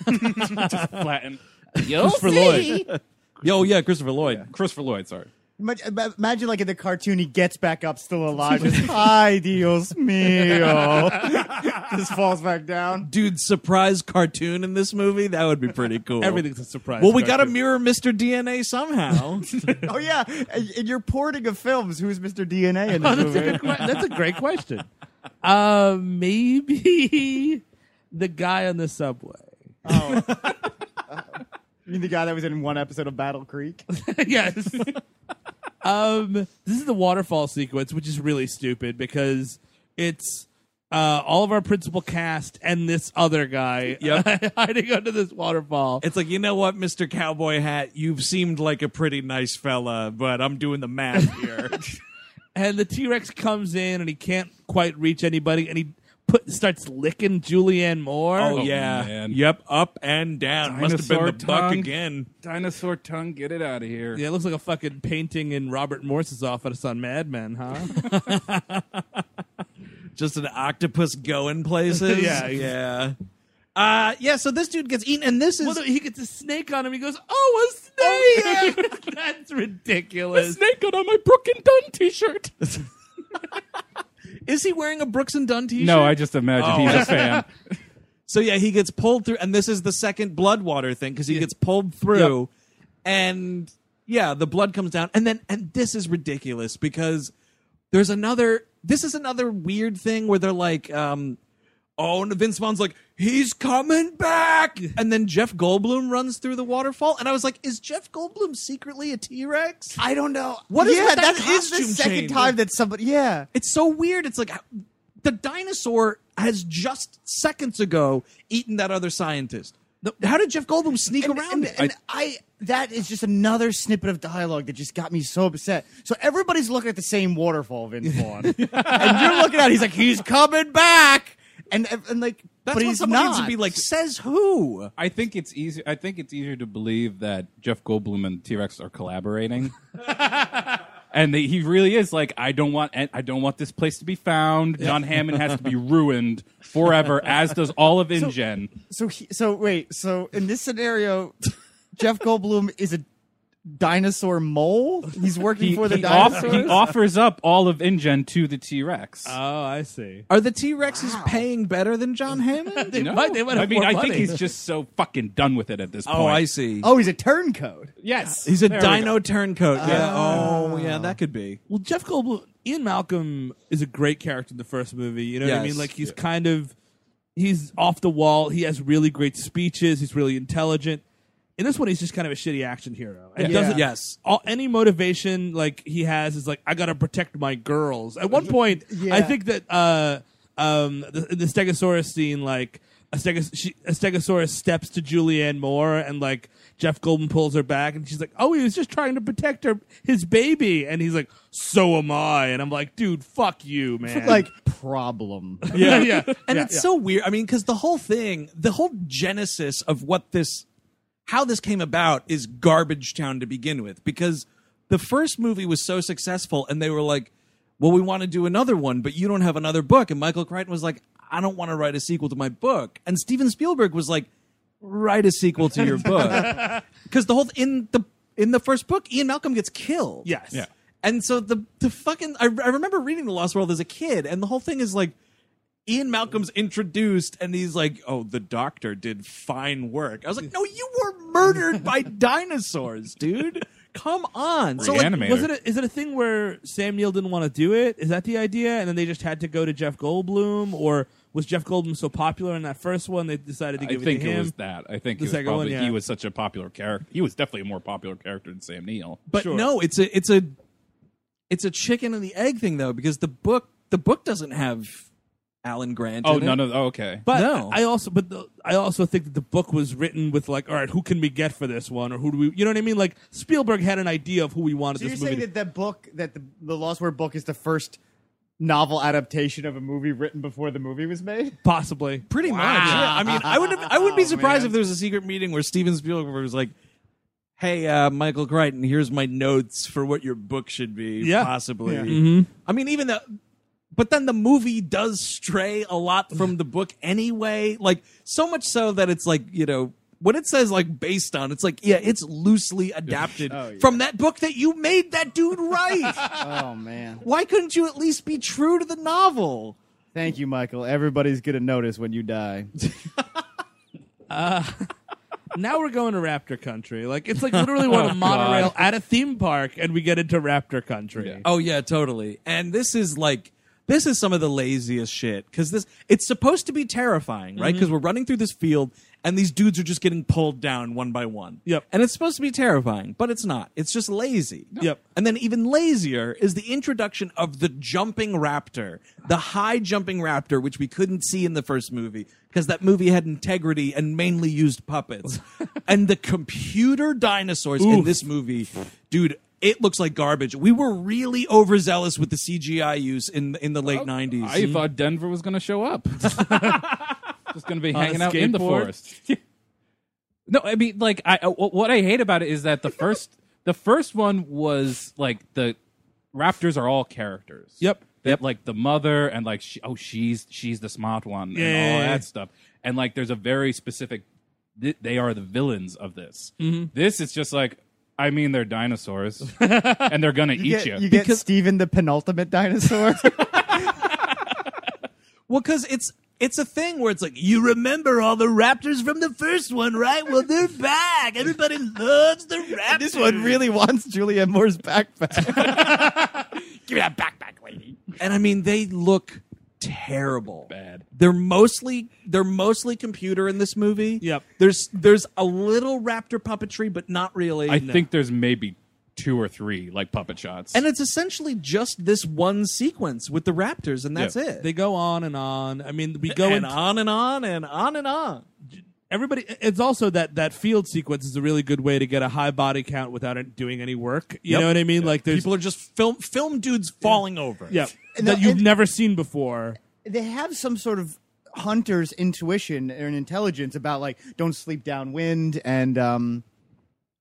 flattened Yeah, for Lloyd. yo, yeah, Christopher Lloyd. christopher lloyd sorry Imagine, imagine like in the cartoon, he gets back up, still alive. Just, Hi, Dios mío. just falls back down. Dude, surprise cartoon in this movie? That would be pretty cool. Everything's a surprise. Well, we got to cartoon. mirror Mr. DNA somehow. Oh yeah, and, and you're porting of films. Who's Mr. DNA in Oh, this that's, a movie? good, que- that's a great question. Uh, maybe the guy on the subway. You mean the guy that was in one episode of Battle Creek? yes. um, this is the waterfall sequence, which is really stupid because it's uh, all of our principal cast and this other guy hiding under this waterfall. It's like, you know what, Mr. Cowboy Hat, you've seemed like a pretty nice fella, but I'm doing the math here. and the T Rex comes in and he can't quite reach anybody, and he put starts licking Julianne Moore. oh, yeah. man. Yep, up and down. Must have Dinosaur been the buck tongue. again. dinosaur tongue get it out of here Yeah, it looks like a fucking painting in Robert Morse's office on Mad Men, huh? Just an octopus going places. Yeah, he's- yeah. Uh, yeah, so this dude gets eaten, and this is. well, no, he gets a snake on him. He goes, "Oh, a snake! That's ridiculous." snake got on my brook and dunn t-shirt is he wearing a Brooks and Dunn t shirt? No, I just imagine he's a fan. So yeah, he gets pulled through, and this is the second blood water thing because he gets pulled through, and yeah, the blood comes down, and then and this is ridiculous because there's another. This is another weird thing where they're like, um, oh, and Vince Vaughn's like, he's coming back, and then Jeff Goldblum runs through the waterfall, and I was like, is Jeff Goldblum secretly a T Rex? I don't know. What is yeah, with that is the costume second change? time that somebody. Yeah, It's so weird. It's like the dinosaur has just seconds ago eaten that other scientist. How did Jeff Goldblum sneak around and, it? and I, that is just another snippet of dialogue that just got me so upset. So everybody's looking at the same waterfall, Vince Vaughn, and you're looking at. it, He's like, he's coming back, and and like, That's but what he's somebody not. needs to be like. Says who? I think it's easy. I think it's easier to believe that Jeff Goldblum and T Rex are collaborating, and that he really is like, I don't want, I don't want this place to be found. John Hammond has to be ruined forever, as does all of InGen. So he, so wait, so in this scenario, Jeff Goldblum is a dinosaur mole. He's working he, for the he off- dinosaurs. he offers up all of InGen to the T Rex. Oh, I see. Are the T Rexes paying better than John Hammond? They might. They might I have mean, more I money. think he's just so fucking done with it at this point. oh, I see. oh, he's a turncoat. Yes, He's a There we go. dino turncoat. Yeah. Oh, yeah, that could be. Well, Jeff Goldblum, Ian Malcolm is a great character in the first movie. You know what I Yes. mean? Like he's kind of he's off the wall. He has really great speeches. He's really intelligent. In this one, he's just kind of a shitty action hero. It Yeah. doesn't. Yes. All, any motivation like he has is like I gotta protect my girls. At one point, Yeah. I think that uh, um, the, the Stegosaurus scene, like a, stegos- she, a Stegosaurus steps to Julianne Moore, and like Jeff Goldman pulls her back, and she's like, "Oh, he was just trying to protect her, his baby," and he's like, "So am I," and I'm like, "Dude, fuck you, man." Like problem. yeah, yeah, And yeah. it's so weird. I mean, because the whole thing, the whole genesis of what this, how this came about is Garbage Town to begin with. Because the first movie was so successful, and they were like, well, we want to do another one, but you don't have another book. And Michael Crichton was like, I don't want to write a sequel to my book. And Steven Spielberg was like, write a sequel to your book. Because the whole, in the, in the first book, Ian Malcolm gets killed. Yes. Yeah. And so the the fucking I, I remember reading The Lost World as a kid, and the whole thing is like Ian Malcolm's introduced, and he's like, "Oh, the doctor did fine work." I was like, "No, you were murdered by dinosaurs, dude. Come on." So like, Reanimator. Was it a, is it a thing where Sam Neill didn't want to do it? Is that the idea? And then they just had to go to Jeff Goldblum, or was Jeff Goldblum so popular in that first one they decided to I give think it to it him? was that. I think The it was second one, probably, yeah. he was such a popular character. He was definitely a more popular character than Sam Neill. but Sure. no, it's a it's a it's a chicken and the egg thing though, because the book the book doesn't have Alan Grant. oh, in none it. of oh, okay. But No. I also, but the, I also think that the book was written with like, all right, who can we get for this one, or who do we, you know what I mean? Like Spielberg had an idea of who we wanted So you're this movie. saying to- that the book, that the, the Lost Word book, is the first novel adaptation of a movie written before the movie was made? possibly, Pretty much. Yeah. I mean, I would not I Oh, wouldn't be surprised if there was a secret meeting where Steven Spielberg was like, "Hey, uh, Michael Crichton, here's my notes for what your book should be, Yeah. Mm-hmm. possibly." I mean, even the but then the movie does stray a lot from the book anyway. Like so much so that it's like you know. When it says like based on, it's like yeah, it's loosely adapted Oh, from that book that you made that dude write. Oh man! Why couldn't you at least be true to the novel? Thank you, Michael. Everybody's gonna notice when you die. now we're going to Raptor Country. Like it's like literally Oh, we're on a monorail at a theme park, and we get into Raptor Country. Yeah. Oh yeah, totally. And this is like this is some of the laziest shit because this it's supposed to be terrifying, right? Because we're running through this field and these dudes are just getting pulled down one by one. Yep. And it's supposed to be terrifying, but it's not. It's just lazy. Yep. And then even lazier is the introduction of the jumping raptor, the high jumping raptor, which we couldn't see in the first movie because that movie had integrity and mainly used puppets. and the computer dinosaurs in Oof. this movie, dude, it looks like garbage. We were really overzealous with the CGI use in in the late nineties. I thought Denver was going to show up. Just going to be a hanging out in the skateboard? forest. no, I mean, like, I uh, wh- what I hate about it is that the first the first one was like the Raptors are all characters. Yep. They- Like the mother and like she, oh she's she's the smart one and Yeah. all that stuff and like there's a very specific th- they are the villains of this. Mm-hmm. This is just like I mean they're dinosaurs and they're gonna eat you. get, you get Because- Steven the penultimate dinosaur. Well, because it's it's a thing where it's like you remember all the Raptors from the first one, right? Well, they're back. Everybody loves the Raptors. this one really wants Julianne Moore's backpack. Give me that backpack, lady. and I mean they look terrible. Bad. They're mostly they're mostly computer in this movie. Yep. There's there's a little raptor puppetry, but not really. I No. think there's maybe two or three like puppet shots. And it's essentially just this one sequence with the raptors, and that's Yeah. it. They go on and on. I mean, we go and into- on and on and on and on. everybody it's also that that field sequence is a really good way to get a high body count without it doing any work you Yep. know what i mean like there's People are just film film dudes falling over. yeah No, that you've and- never seen before they have some sort of Hunter's intuition and intelligence about like don't sleep downwind and um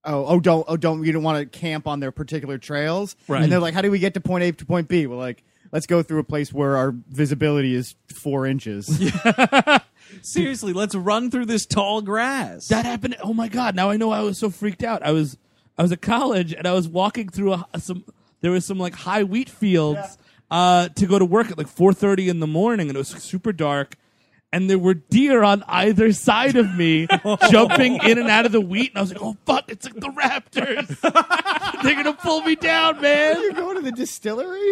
oh oh don't oh don't you don't want to camp on their particular trails. Right. And they're like, how do we get to point A to point B? Well, like let's go through a place where our visibility is four inches. Seriously, let's run through this tall grass. That happened. Oh my god! Now I know why I was so freaked out. I was I was at college and I was walking through a, some. There was some like high wheat fields uh, to go to work at like four thirty in the morning, and it was super dark. And there were deer on either side of me jumping in and out of the wheat, and I was like, "Oh fuck! It's like the Raptors. They're gonna pull me down, man." You're going to the distillery?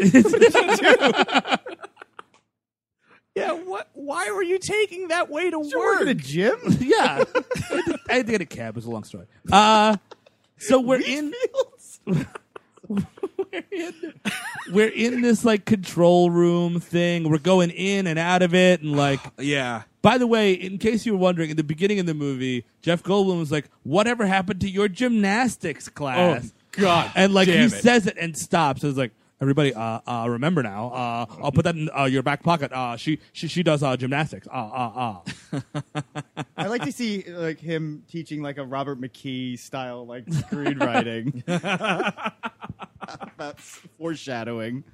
yeah, what? Why were you taking that way to We're in a gym? Yeah, I had to- I had to get a cab. It was a long story. Uh, so we're in. we're in we're in this like control room thing. We're going in and out of it and like Yeah, by the way, in case you were wondering, in the beginning of the movie, Jeff Goldblum was like, Whatever happened to your gymnastics class? Oh, God And like he damn it. says it and stops. It's like Everybody, uh, uh, remember now. Uh, I'll put that in uh, your back pocket. Uh, she, she, she does uh, gymnastics. Uh, uh, uh. I like to see like him teaching like a Robert McKee style like screenwriting. That's foreshadowing.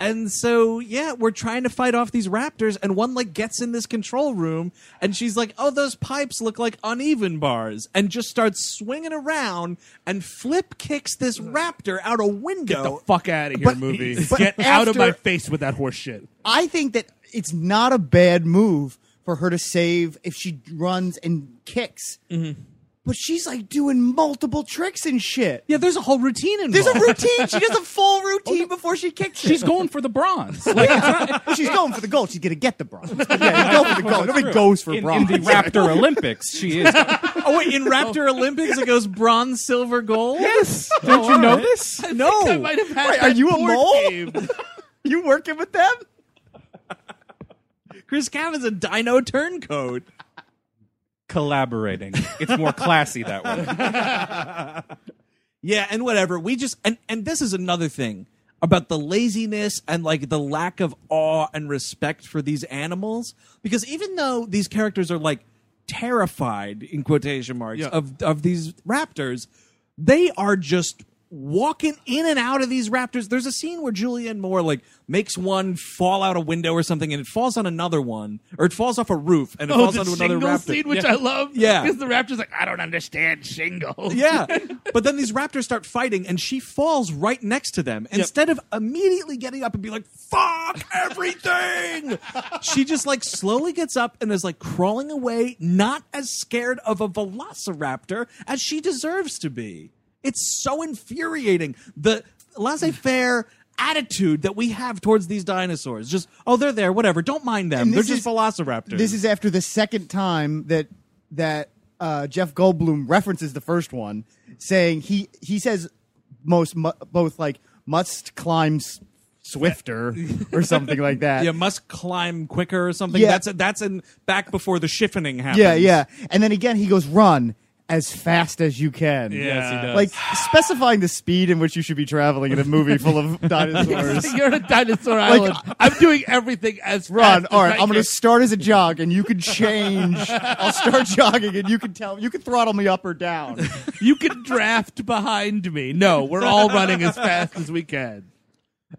and so yeah, we're trying to fight off these raptors, and one like gets in this control room, and she's like, "Oh, those pipes look like uneven bars," and just starts swinging around and flip kicks this raptor out a window. Get the fuck out of here, But- movie. but Get out of after- my face with that horse shit. I think that it's not a bad move for her to save if she runs and kicks. Mm-hmm. But she's like doing multiple tricks and shit. yeah, there's a whole routine involved. There's a routine. She does a full routine before she kicks. Oh, She's going for the bronze. Like, But she's going for the gold. She's gonna get the bronze. Yeah, you go for the gold. Nobody goes for in, in bronze. the Raptor Olympics, she is. oh wait, in Raptor Olympics it goes bronze, silver, gold. Yes. Don't you know this? No, I might have had Wait, that are you a board mole? game. you working with them? Chris Cavan's a dino turncoat. Collaborating. It's more classy that way. Yeah, and whatever. We just and and this is another thing about the laziness and like the lack of awe and respect for these animals because even though these characters are like terrified in quotation marks of of these raptors, they are just walking in and out of these raptors. There's a scene where Julianne Moore like makes one fall out a window or something and it falls on another one or it falls off a roof and it Oh, falls the onto another shingle raptor. scene, which I love. Yeah. because the raptor's like, I don't understand shingles. Yeah. But then these raptors start fighting and she falls right next to them. Instead of immediately getting up and be like, fuck everything, she just like slowly gets up and is like crawling away, not as scared of a velociraptor as she deserves to be. It's so infuriating. The laissez faire attitude that we have towards these dinosaurs just, oh, they're there, whatever. Don't mind them. And They're this just is- velociraptors. This is after the second time that that uh, Jeff Goldblum references the first one, saying he he says most mu- both like must climb s- swifter or something like that. yeah, must climb quicker or something. Yeah. That's that's in back before the shifting happens. yeah, yeah. And then again, he goes run as fast as you can. Yes, he does. Like specifying the speed in which you should be traveling in a movie full of dinosaurs. You're on a dinosaur island. I'm doing everything as Run! fast All as right, I I'm going can. to start as a jog, and you can change. I'll start jogging, and you can tell you can throttle me up or down. You can draft behind me. No, we're all running as fast as we can.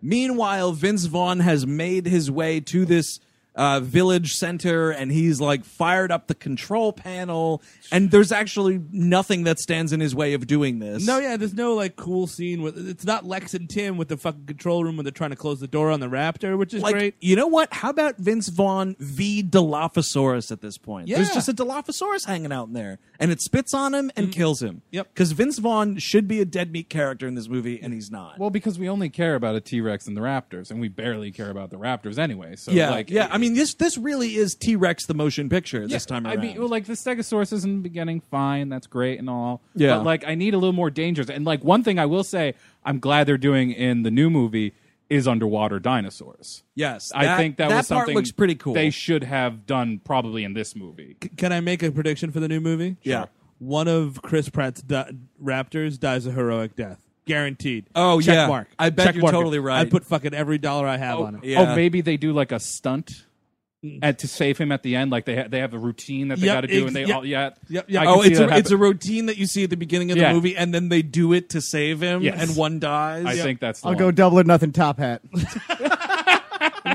Meanwhile, Vince Vaughn has made his way to this uh, village center and he's like fired up the control panel. And there's actually nothing that stands in his way of doing this. No, yeah, there's no like cool scene with. It's not Lex and Tim with the fucking control room when they're trying to close the door on the Raptor, which is Like, great. you know what? How about Vince Vaughn v. Dilophosaurus at this point? There's Yeah. just a Dilophosaurus hanging out in there, and it spits on him and Mm-hmm. kills him. Yep. Because Vince Vaughn should be a dead meat character in this movie, and he's not. Well, because we only care about a T Rex and the Raptors, and we barely care about the Raptors anyway. So, yeah, like, yeah. I mean, this this really is T Rex the motion picture Yeah, this time I around. mean, well, like the Stegosaurus is in the beginning, fine, that's great and all. Yeah. But like, I need a little more dangers. And like, one thing I will say, I'm glad they're doing in the new movie is underwater dinosaurs. Yes, I that- think that, that was part something looks pretty cool. They should have done probably in this movie. Can I make a prediction for the new movie? Yeah. One of Chris Pratt's di- Raptors dies a heroic death. Guaranteed. Oh, Check yeah. Mark. I bet Check you're mark it. totally right. Oh. I put fucking every dollar I have on it. Yeah. Mm. Oh, maybe they do like a stunt and to save him at the end. Like they ha- they have a routine that they Yep, got to do, ex- and they yep. all yeah Yep, yep. I can Oh, see it's that a, it's a happen. routine that you see at the beginning of Yeah. the movie, and then they do it to save him, Yes. and one dies. I Yeah. think that's. The I'll one. go double or nothing top hat.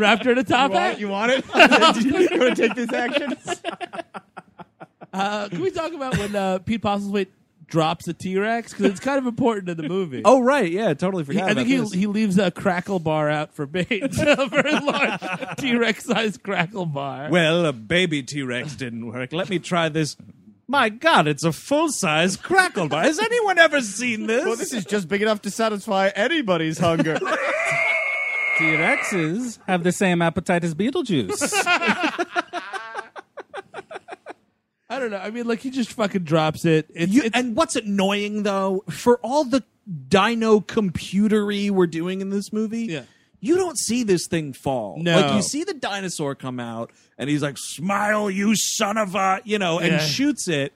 wrapped her in a top hat. you want it? Do you want to take this action? Uh, can we talk about when uh, Pete Postlethwaite drops a T Rex because it's kind of important in the movie. Oh right, yeah, totally He- forgot. I about think he this. he leaves a crackle bar out for bait for a large T Rex sized crackle bar. Well, a baby T Rex didn't work. Let me try this. My God, it's a full size crackle bar. Has anyone ever seen this? Well, this is just big enough to satisfy anybody's hunger. T-Rexes have the same appetite as Beetlejuice. I don't know. I mean, like he just fucking drops it. It's, You- it's- and what's annoying though, for all the dino computery we're doing in this movie, Yeah. you don't see this thing fall. No. Like you see the dinosaur come out and he's like, smile, you son of a, you know, and Yeah. shoots it.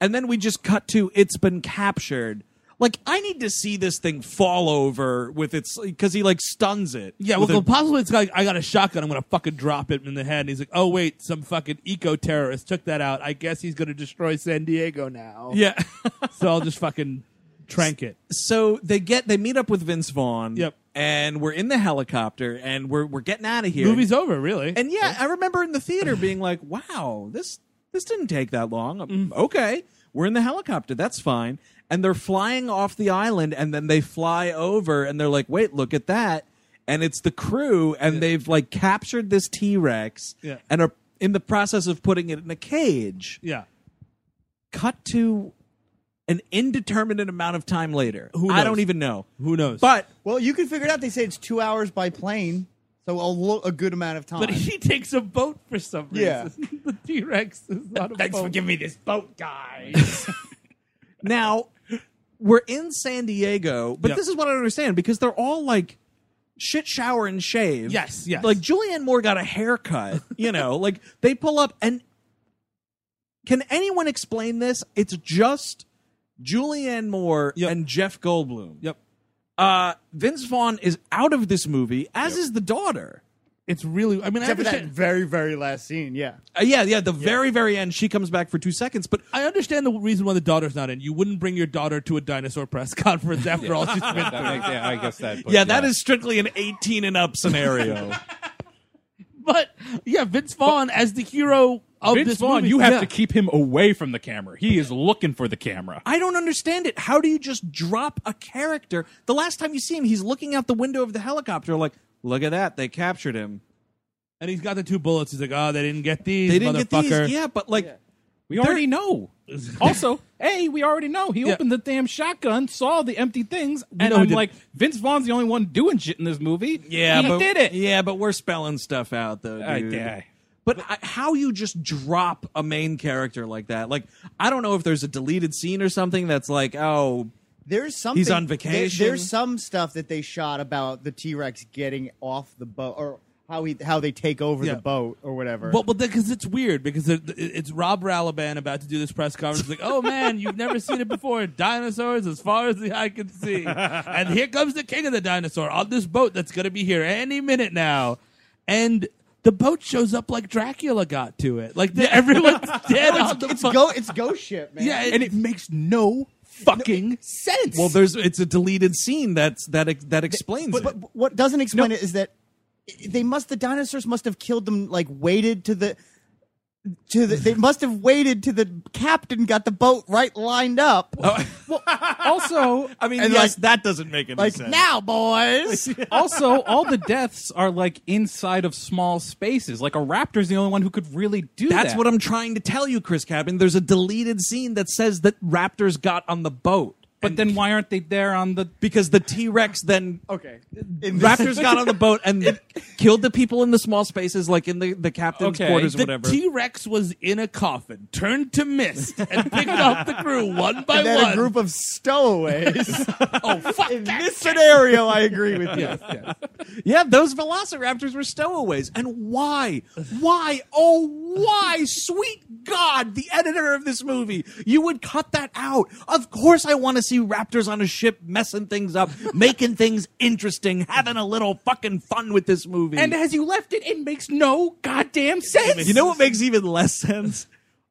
And then we just cut to it's been captured. Like I need to see this thing fall over with its because he like stuns it. yeah, well, with the a- Postlethwaite's like, I got a shotgun. I'm gonna fucking drop it in the head. And he's like, Oh wait, some fucking eco terrorist took that out. I guess he's gonna destroy San Diego now. yeah. So I'll just fucking trank it. so they get they meet up with Vince Vaughn. Yep. And we're in the helicopter and we're we're getting out of here. Movie's over, really. And yeah, I remember in the theater being like, "Wow, this this didn't take that long." Mm. Okay, we're in the helicopter. That's fine. And they're flying off the island, and then they fly over, and they're like, "Wait, look at that!" And it's the crew, and they've like captured this T Rex, Yeah. and are in the process of putting it in a cage. yeah. Cut to an indeterminate amount of time later. Who I knows? don't even know. Who knows? But well, you can figure it out. They say it's two hours by plane, so a, lo- a good amount of time. But he takes a boat for some Yeah. reason. the T Rex is not a Thanks boat. for giving me this boat, guy. Now, we're in San Diego, but Yep. this is what I don't understand because they're all like shit shower and shave. Yes, yes. Like Julianne Moore got a haircut, you know, like they pull up and can anyone explain this? It's just Julianne Moore Yep. and Jeff Goldblum. Yep. Uh, Vince Vaughn is out of this movie, as is the daughter. It's really. I mean, I Except for that understand. very, very last scene, yeah. Uh, yeah, yeah. The very, very end, she comes back for two seconds, but I understand the reason why the daughter's not in. You wouldn't bring your daughter to a dinosaur press conference after all she's been that makes, yeah, I guess that. but yeah, that is strictly an eighteen and up scenario. But yeah, Vince Vaughn as the hero of Vince this Vaughn, movie. you have Yeah. to keep him away from the camera. He is looking for the camera. I don't understand it. How do you just drop a character? The last time you see him, he's looking out the window of the helicopter, like, look at that, they captured him. And he's got the two bullets. He's like, oh, they didn't get these, They didn't get motherfucker. these. Yeah, but like, We already know. also, hey, we already know. He Yeah. opened the damn shotgun, saw the empty things, and know he I'm did. like, Vince Vaughn's the only one doing shit in this movie. yeah, he but did it. Yeah, but we're spelling stuff out though, I- dude. yeah. But I, how you just drop a main character like that? Like, I don't know if there's a deleted scene or something that's like, oh, There's something. on vacation. there's some stuff that they shot about the T Rex getting off the boat, or how he how they take over Yeah. the boat, or whatever. Well, well, because it's weird because it, it- it's Rob Ralaban about to do this press conference. It's like, oh man, you've never seen it before. Dinosaurs as far as the eye can see, and here comes the king of the dinosaur on this boat that's going to be here any minute now, and the boat shows up like Dracula got to it. Like the, everyone's dead on the it's boat. go it's ghost ship, man. yeah, And it makes no fucking sense. well, there's it's a deleted scene that's that ex- that explains But, it. but what doesn't explain it is that they must the dinosaurs must have killed them like waited to the to the they must have waited to the captain got the boat right lined up Oh, also, I mean, and, yes, like- that doesn't make any like sense. now boys also, all the deaths are like inside of small spaces. Like a raptor's the only one who could really do that. That's what I'm trying to tell you, Chris Cabin. There's a deleted scene that says that raptors got on the boat. But then why aren't they there on the? Because the T Rex then okay raptors got on the boat and killed the people in the small spaces, like in the the captain's Okay. quarters, or The whatever. T Rex was in a coffin, turned to mist, and picked off the crew one by and then one. a group of stowaways oh fuck! in this scenario i agree with you yeah, those velociraptors were stowaways. And why? Why? Oh, why? Sweet God, the editor of this movie, you would cut that out. Of course, I want to see raptors on a ship messing things up, making things interesting, having a little fucking fun with this movie. And as you left it, it makes no goddamn sense. you know what makes even less sense?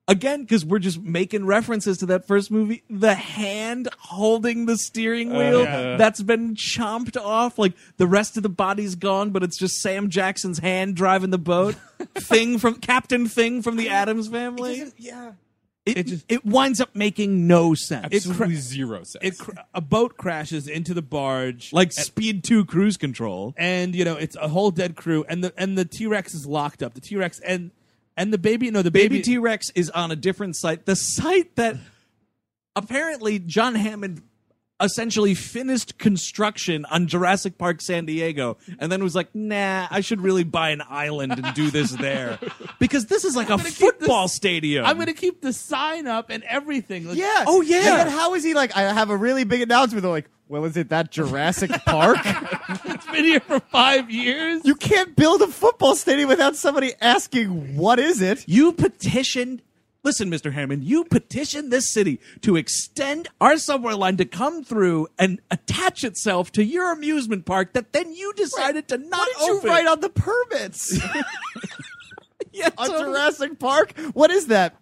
Again, because we're just making references to that first movie. The hand holding the steering wheel yeah. that's been chomped off. Like the rest of the body's gone, but it's just Sam Jackson's hand driving the boat. Thing from Captain Thing from the Adams family. It, yeah. it, winds up making no sense. Absolutely zero sense. It cr- a boat crashes into the barge, like Speed 2 cruise control. and you know it's a whole dead crew, and the and the T Rex is locked up. The T Rex and and the baby, no, the baby, Baby T Rex is on a different site. The site that apparently John Hammond essentially finished construction on Jurassic Park San Diego and then was like, nah, I should really buy an island and do this there. Because this is like a keep this- football stadium. I'm gonna keep the sign up and everything. Like, Yeah. Oh, yeah. And then how is he like? I have a really big announcement. They're like, well, is it that Jurassic Park? it's been here for five years. you can't build a football stadium without somebody asking, what is it? You petitioned. Listen, Mr. Hammond, you petitioned this city to extend our subway line to come through and attach itself to your amusement park that then you decided to not What did you open. write on the permits? Yeah, on totally. Jurassic Park? What is that?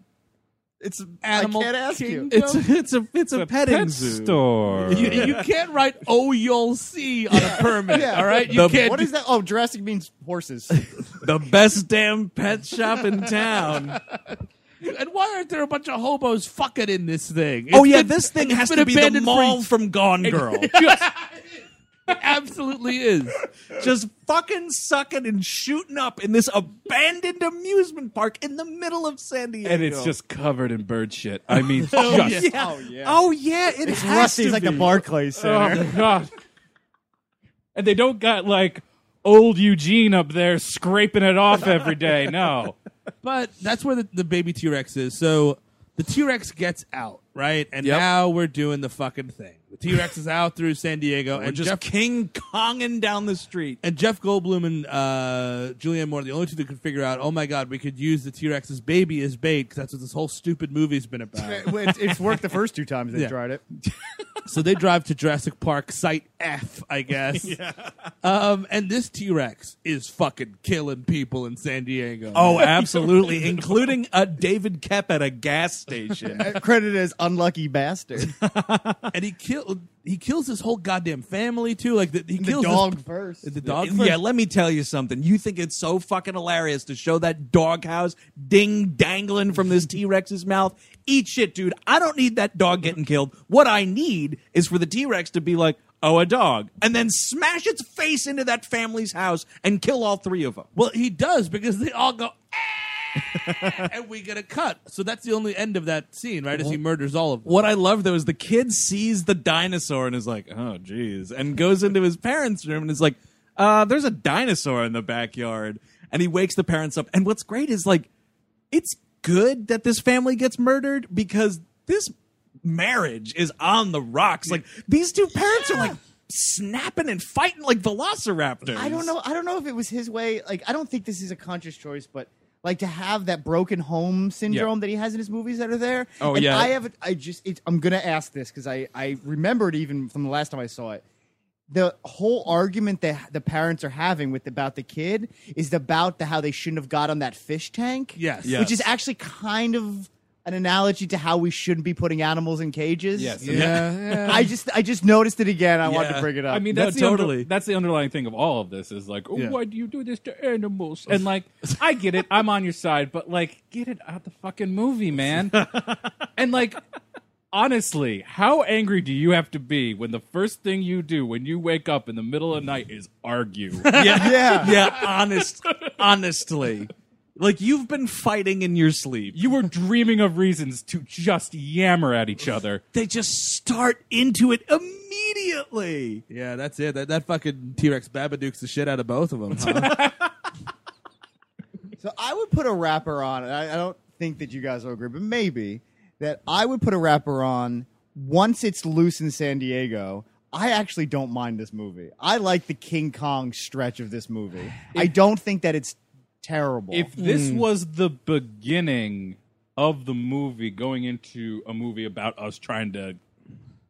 It's Animal I can't ask kingdom? you. It's it's a it's a, petting pet zoo. store. You, you can't write "Oh, you'll see" on a permit. Yeah. All right, you The- can't. What do- is that? Oh, Jurassic means horses. The best damn pet shop in town. and why aren't there a bunch of hobos fucking in this thing? oh It's yeah, been- this thing it's has been to be the abandoned for mall from Gone Girl. It absolutely is. Just fucking sucking and shooting up in this abandoned amusement park in the middle of San Diego. and it's just covered in bird shit. I mean, just yeah. Oh, yeah. Oh yeah, it has Rusty's to like be. Uh, the Barclays Center. Oh god. And they don't got like old Eugene up there scraping it off every day. No. But that's where the, the baby T Rex is. So the T Rex gets out, right? And Yep. now we're doing the fucking thing. The T Rex is out through San Diego, We're and just Jeff King Konging down the street. and Jeff Goldblum and uh, Julianne Moore, the only two that could figure out. Oh my God, we could use the T Rex's baby as bait because that's what this whole stupid movie's been about. it's, it's worked the first two times they Yeah. tried it. so they drive to Jurassic Park Site F, I guess. um, and this T Rex is fucking killing people in San Diego. Oh, absolutely, including a David Kep at a gas station. Credited as unlucky bastard. and he kill he kills his whole goddamn family too. Like the, he the kills dog This, first. the dog. Yeah, let me tell you something. You think it's so fucking hilarious to show that doghouse ding dangling from this T Rex's mouth? Eat shit, dude. I don't need that dog getting killed. What I need is for the T Rex to be like, oh, a dog, and then smash its face into that family's house and kill all three of them. Well, he does because they all go. "Ah," and we get a cut. So that's the only end of that scene, right? As he murders all of them. What I love though is the kid sees the dinosaur and is like, "Oh, jeez," and goes into his parents' room and is like, "Uh, there's a dinosaur in the backyard." And he wakes the parents up. And what's great is like, it's good that this family gets murdered because this marriage is on the rocks. Like these two parents are like snapping and fighting like velociraptors. I don't know. I don't know if it was his way. Like, I don't think this is a conscious choice, but like to have that broken home syndrome that he has in his movies that are there. Oh, And yeah. I have. I just. It, I'm gonna ask this because I I remembered even from the last time I saw it. The whole argument that the parents are having with about the kid is about the how they shouldn't have got on that fish tank. Yes. which is actually kind of an analogy to how we shouldn't be putting animals in cages. Yes. yeah. I just I just noticed it again. I wanted Yeah. to bring it up. I mean, No, that's the under- totally. that's the underlying thing of all of this is like, oh, Yeah. why do you do this to animals? And like, I get it, I'm on your side, but like, get it out the fucking movie, man. and like, honestly, how angry do you have to be when the first thing you do when you wake up in the middle of the night is argue? Yeah, Yeah. yeah. Honest, honestly, like you've been fighting in your sleep. you were dreaming of reasons to just yammer at each other. they just start into it immediately. yeah, that's it. That, that fucking T Rex Babadukes the shit out of both of them. huh? So I would put a wrapper on. and I, I don't think that you guys will agree, but maybe that I would put a wrapper on once it's loose in San Diego. I actually don't mind this movie. I like the King Kong stretch of this movie. I don't think that it's terrible. If this Mm. was the beginning of the movie going into a movie about us trying to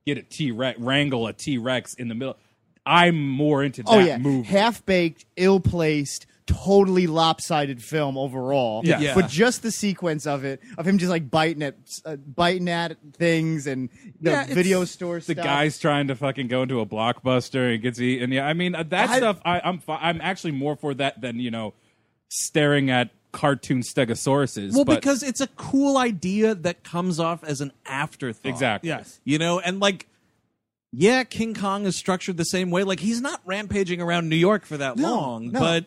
get a T Rex, wrangle a T Rex in the middle. I'm more into that Oh yeah, movie. half baked, ill placed, totally lopsided film overall. Yeah. Yeah. but just the sequence of it, of him just like biting at uh, biting at things and the Yeah, it's video store the stuff. guy's trying to fucking go into a blockbuster and gets eaten. Yeah, I mean uh, that I- stuff. I, I'm fi- I'm actually more for that than you know staring at cartoon stegosauruses. Well, but because it's a cool idea that comes off as an afterthought. exactly, Yes. You know, and like, yeah, King Kong is structured the same way. Like, he's not rampaging around New York for that No, long, no. but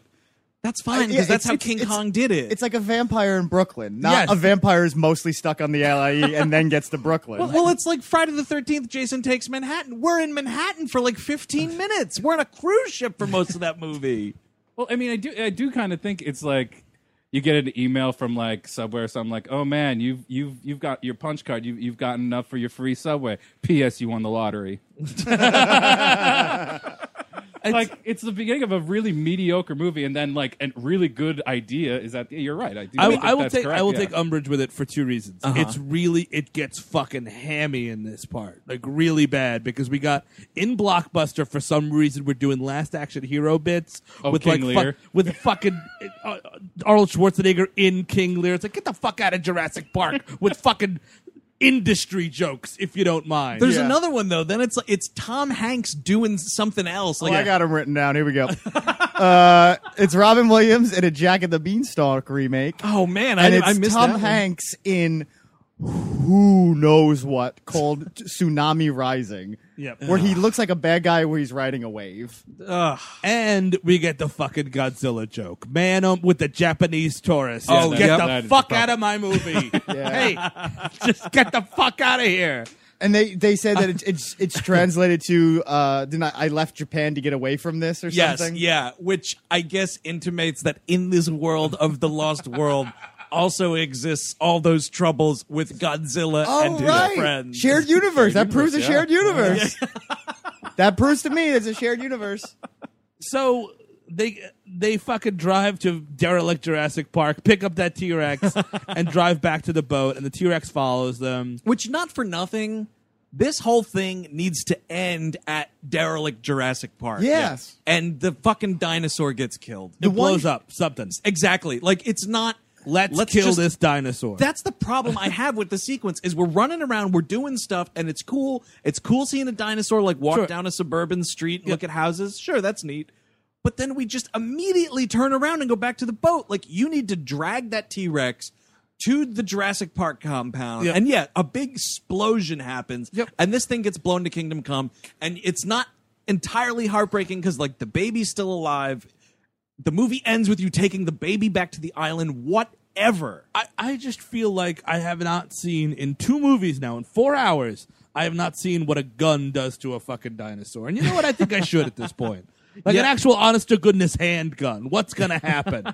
that's fine yeah, because that's it's- how it's- King it's- Kong did it. It's like a vampire in Brooklyn. Not Yes. a vampire who's mostly stuck on the LIE and then gets to Brooklyn. well, it's like Friday the 13th, Jason Takes Manhattan. We're in Manhattan for like 15 minutes. We're on a cruise ship for most of that movie. Well, I mean, I do, I do kind of think it's like you get an email from like Subway or something like, "Oh man, you've you've you've got your punch card. You've you've gotten enough for your free Subway. P.S. You won the lottery." like it's the beginning of a really mediocre movie, and then like a really good idea is that you're right. I do. I, think I will that's take I correct, will yeah. Uh-huh. take oh, umbrage with it for two reasons. It's really it gets fucking hammy in this part, like really bad because we got in blockbuster for some reason we're doing last action hero bits Oh, with King like Lear. with fucking uh, Arnold Schwarzenegger in King Lear. It's like get the fuck out of Jurassic Park with fucking industry jokes if you don't mind. There's Yeah. another one though. Then it's like it's Tom Hanks doing something else. Like Oh, I got him written down. Here we go. uh, it's Robin Williams in a Jack and the Beanstalk remake. oh man, I, and it's I missed Tom that one. Hanks in who knows what called Tsunami Rising. Yep. Where he looks like a bad guy where he's riding a wave. and we get the fucking Godzilla joke, man, um, with the Japanese tourist. Yeah, Oh, that- get yep. that the is a fuck out problem. of my movie! Hey, just get the fuck out of here. And they, they said that it's it's, it's translated to uh did I left Japan to get away from this or Yes, something. yeah, which I guess intimates that in this world of the lost world also exists all those troubles with Godzilla Oh, and his right. friends. Shared universe. that proves a universe, yeah. shared universe. that proves to me it's a shared universe. So they they fucking drive to derelict Jurassic Park, pick up that T Rex, and drive back to the boat, and the T Rex follows them. Which, not for nothing, this whole thing needs to end at derelict Jurassic Park. Yes. And the fucking dinosaur gets killed. It blows up something. Exactly. Like, it's not. Let's, kill just- this dinosaur. That's the problem I have with the sequence is we're running around, we're doing stuff, and it's cool. It's cool seeing a dinosaur like walk Sure. down a suburban street and look at houses. Sure, that's neat. But then we just immediately turn around and go back to the boat. Like you need to drag that T Rex to the Jurassic Park compound. Yep. And yeah, a big explosion happens. Yep. And this thing gets blown to Kingdom Come. And it's not entirely heartbreaking because like the baby's still alive. The movie ends with you taking the baby back to the island, whatever. I, I just feel like I have not seen in two movies now in four hours. I have not seen what a gun does to a fucking dinosaur. And you know what? I think I should at this point. Like an Yeah. actual honest to goodness handgun. What's gonna happen?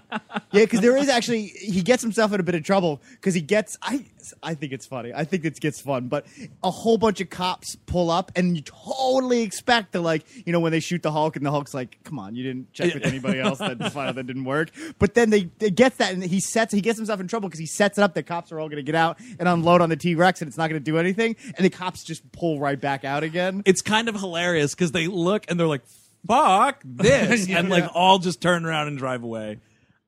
Yeah, because there is actually he gets himself in a bit of trouble because he gets I I think it's funny. I think it gets fun, but a whole bunch of cops pull up and you totally expect to like you know when they shoot the Hulk and the Hulk's like, come on, you didn't check with anybody else that fine, that didn't work. But then they, they get that and he sets he gets himself in trouble because he sets it up. The cops are all going to get out and unload on the T Rex and it's not going to do anything. And the cops just pull right back out again. it's kind of hilarious because they look and they're like, "Fuck this," and like all just turn around and drive away.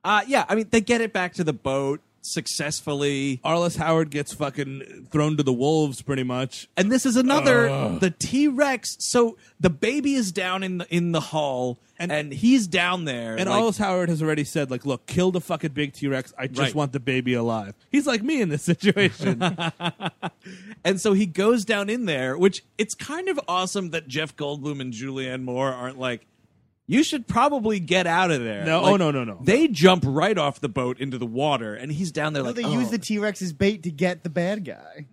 Uh, yeah, I mean they get it back to the boat successfully, Arliss Howard gets fucking thrown to the wolves pretty much. and this is another the T Rex. So the baby is down in the in the hull, and, And- he's down there, And like- Arliss Howard has already said, like, look, kill the fucking big T Rex. I just Right. want the baby alive. He's like me in this situation. and so he goes down in there, which it's kind of awesome that Jeff Goldblum and Julianne Moore aren't like. You should probably get out of there. No, Like, oh, no, no, no. They jump right off the boat into the water, and he's down there So like they "Oh." use the T Rex as bait to get the bad guy.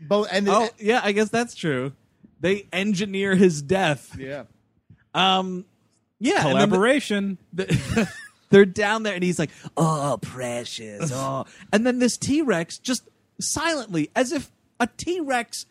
Both and Oh, yeah, I guess that's true. They engineer his death. yeah. Um, yeah, and then the- collaboration. the- they're down there, and he's like, "Oh, precious." Oh, and then this T Rex just silently, as if a T Rex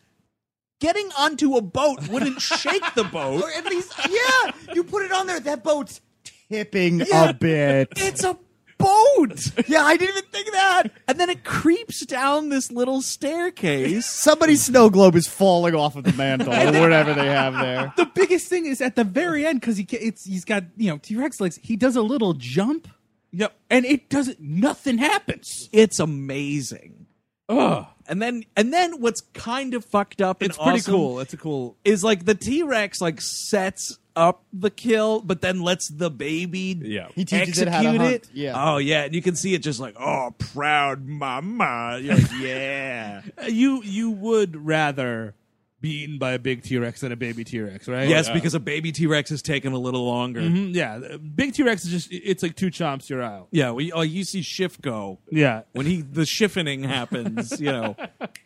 getting onto a boat wouldn't shake the boat. Or at least, yeah, you put it on there. That boat's tipping Yeah. a bit. It's a boat. Yeah, I didn't even think of that. And then it creeps down this little staircase. Somebody's snow globe is falling off of the mantle or whatever they have there. The biggest thing is at the very end because he ca- it's he's got you know T Rex legs. He does a little jump. Yep. And it doesn't. Nothing happens. It's amazing. Ugh. And then and then what's kind of fucked up and It's pretty awesome cool. It's a cool. is like the T-Rex like sets up the kill but then lets the baby Yeah. He teaches execute it how to hunt. it. Yeah. Oh yeah, and you can see it just like, "Oh, proud mama." You're like, "Yeah." Uh, You you would rather be eaten by a big T Rex than a baby T Rex, right? yes, because a baby T-Rex is taking a little longer. Mm-hmm. Mhm, yeah. The Big T Rex is just it's like two chomps, you're out. Yeah, we oh, you see Schiff go. Yeah. when he the shiftening happens, you know,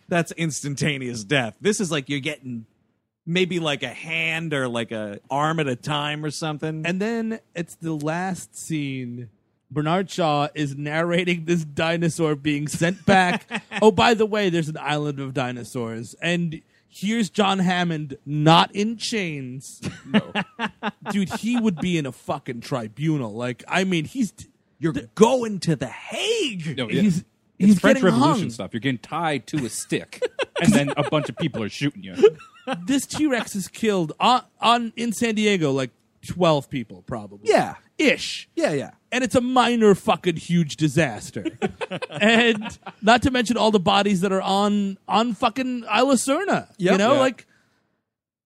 that's instantaneous death. This is like you're getting maybe like a hand or like a arm at a time or something. And then it's the last scene. Bernard Shaw is narrating this dinosaur being sent back. oh, by the way, there's an island of dinosaurs. And here's John Hammond not in chains. Dude, he would be in a fucking tribunal. Like, I mean, he's you're going to the Hague. No, Oh, yeah. he's he's French getting Revolution hung. stuff. You're getting tied to a stick, and then a bunch of people are shooting you. This T-Rex is killed on, on in San Diego like 12 people probably. Yeah. Ish. Yeah, yeah. and it's a minor fucking huge disaster. and not to mention all the bodies that are on on fucking Isla Cerna. You Yep. know, Yeah. like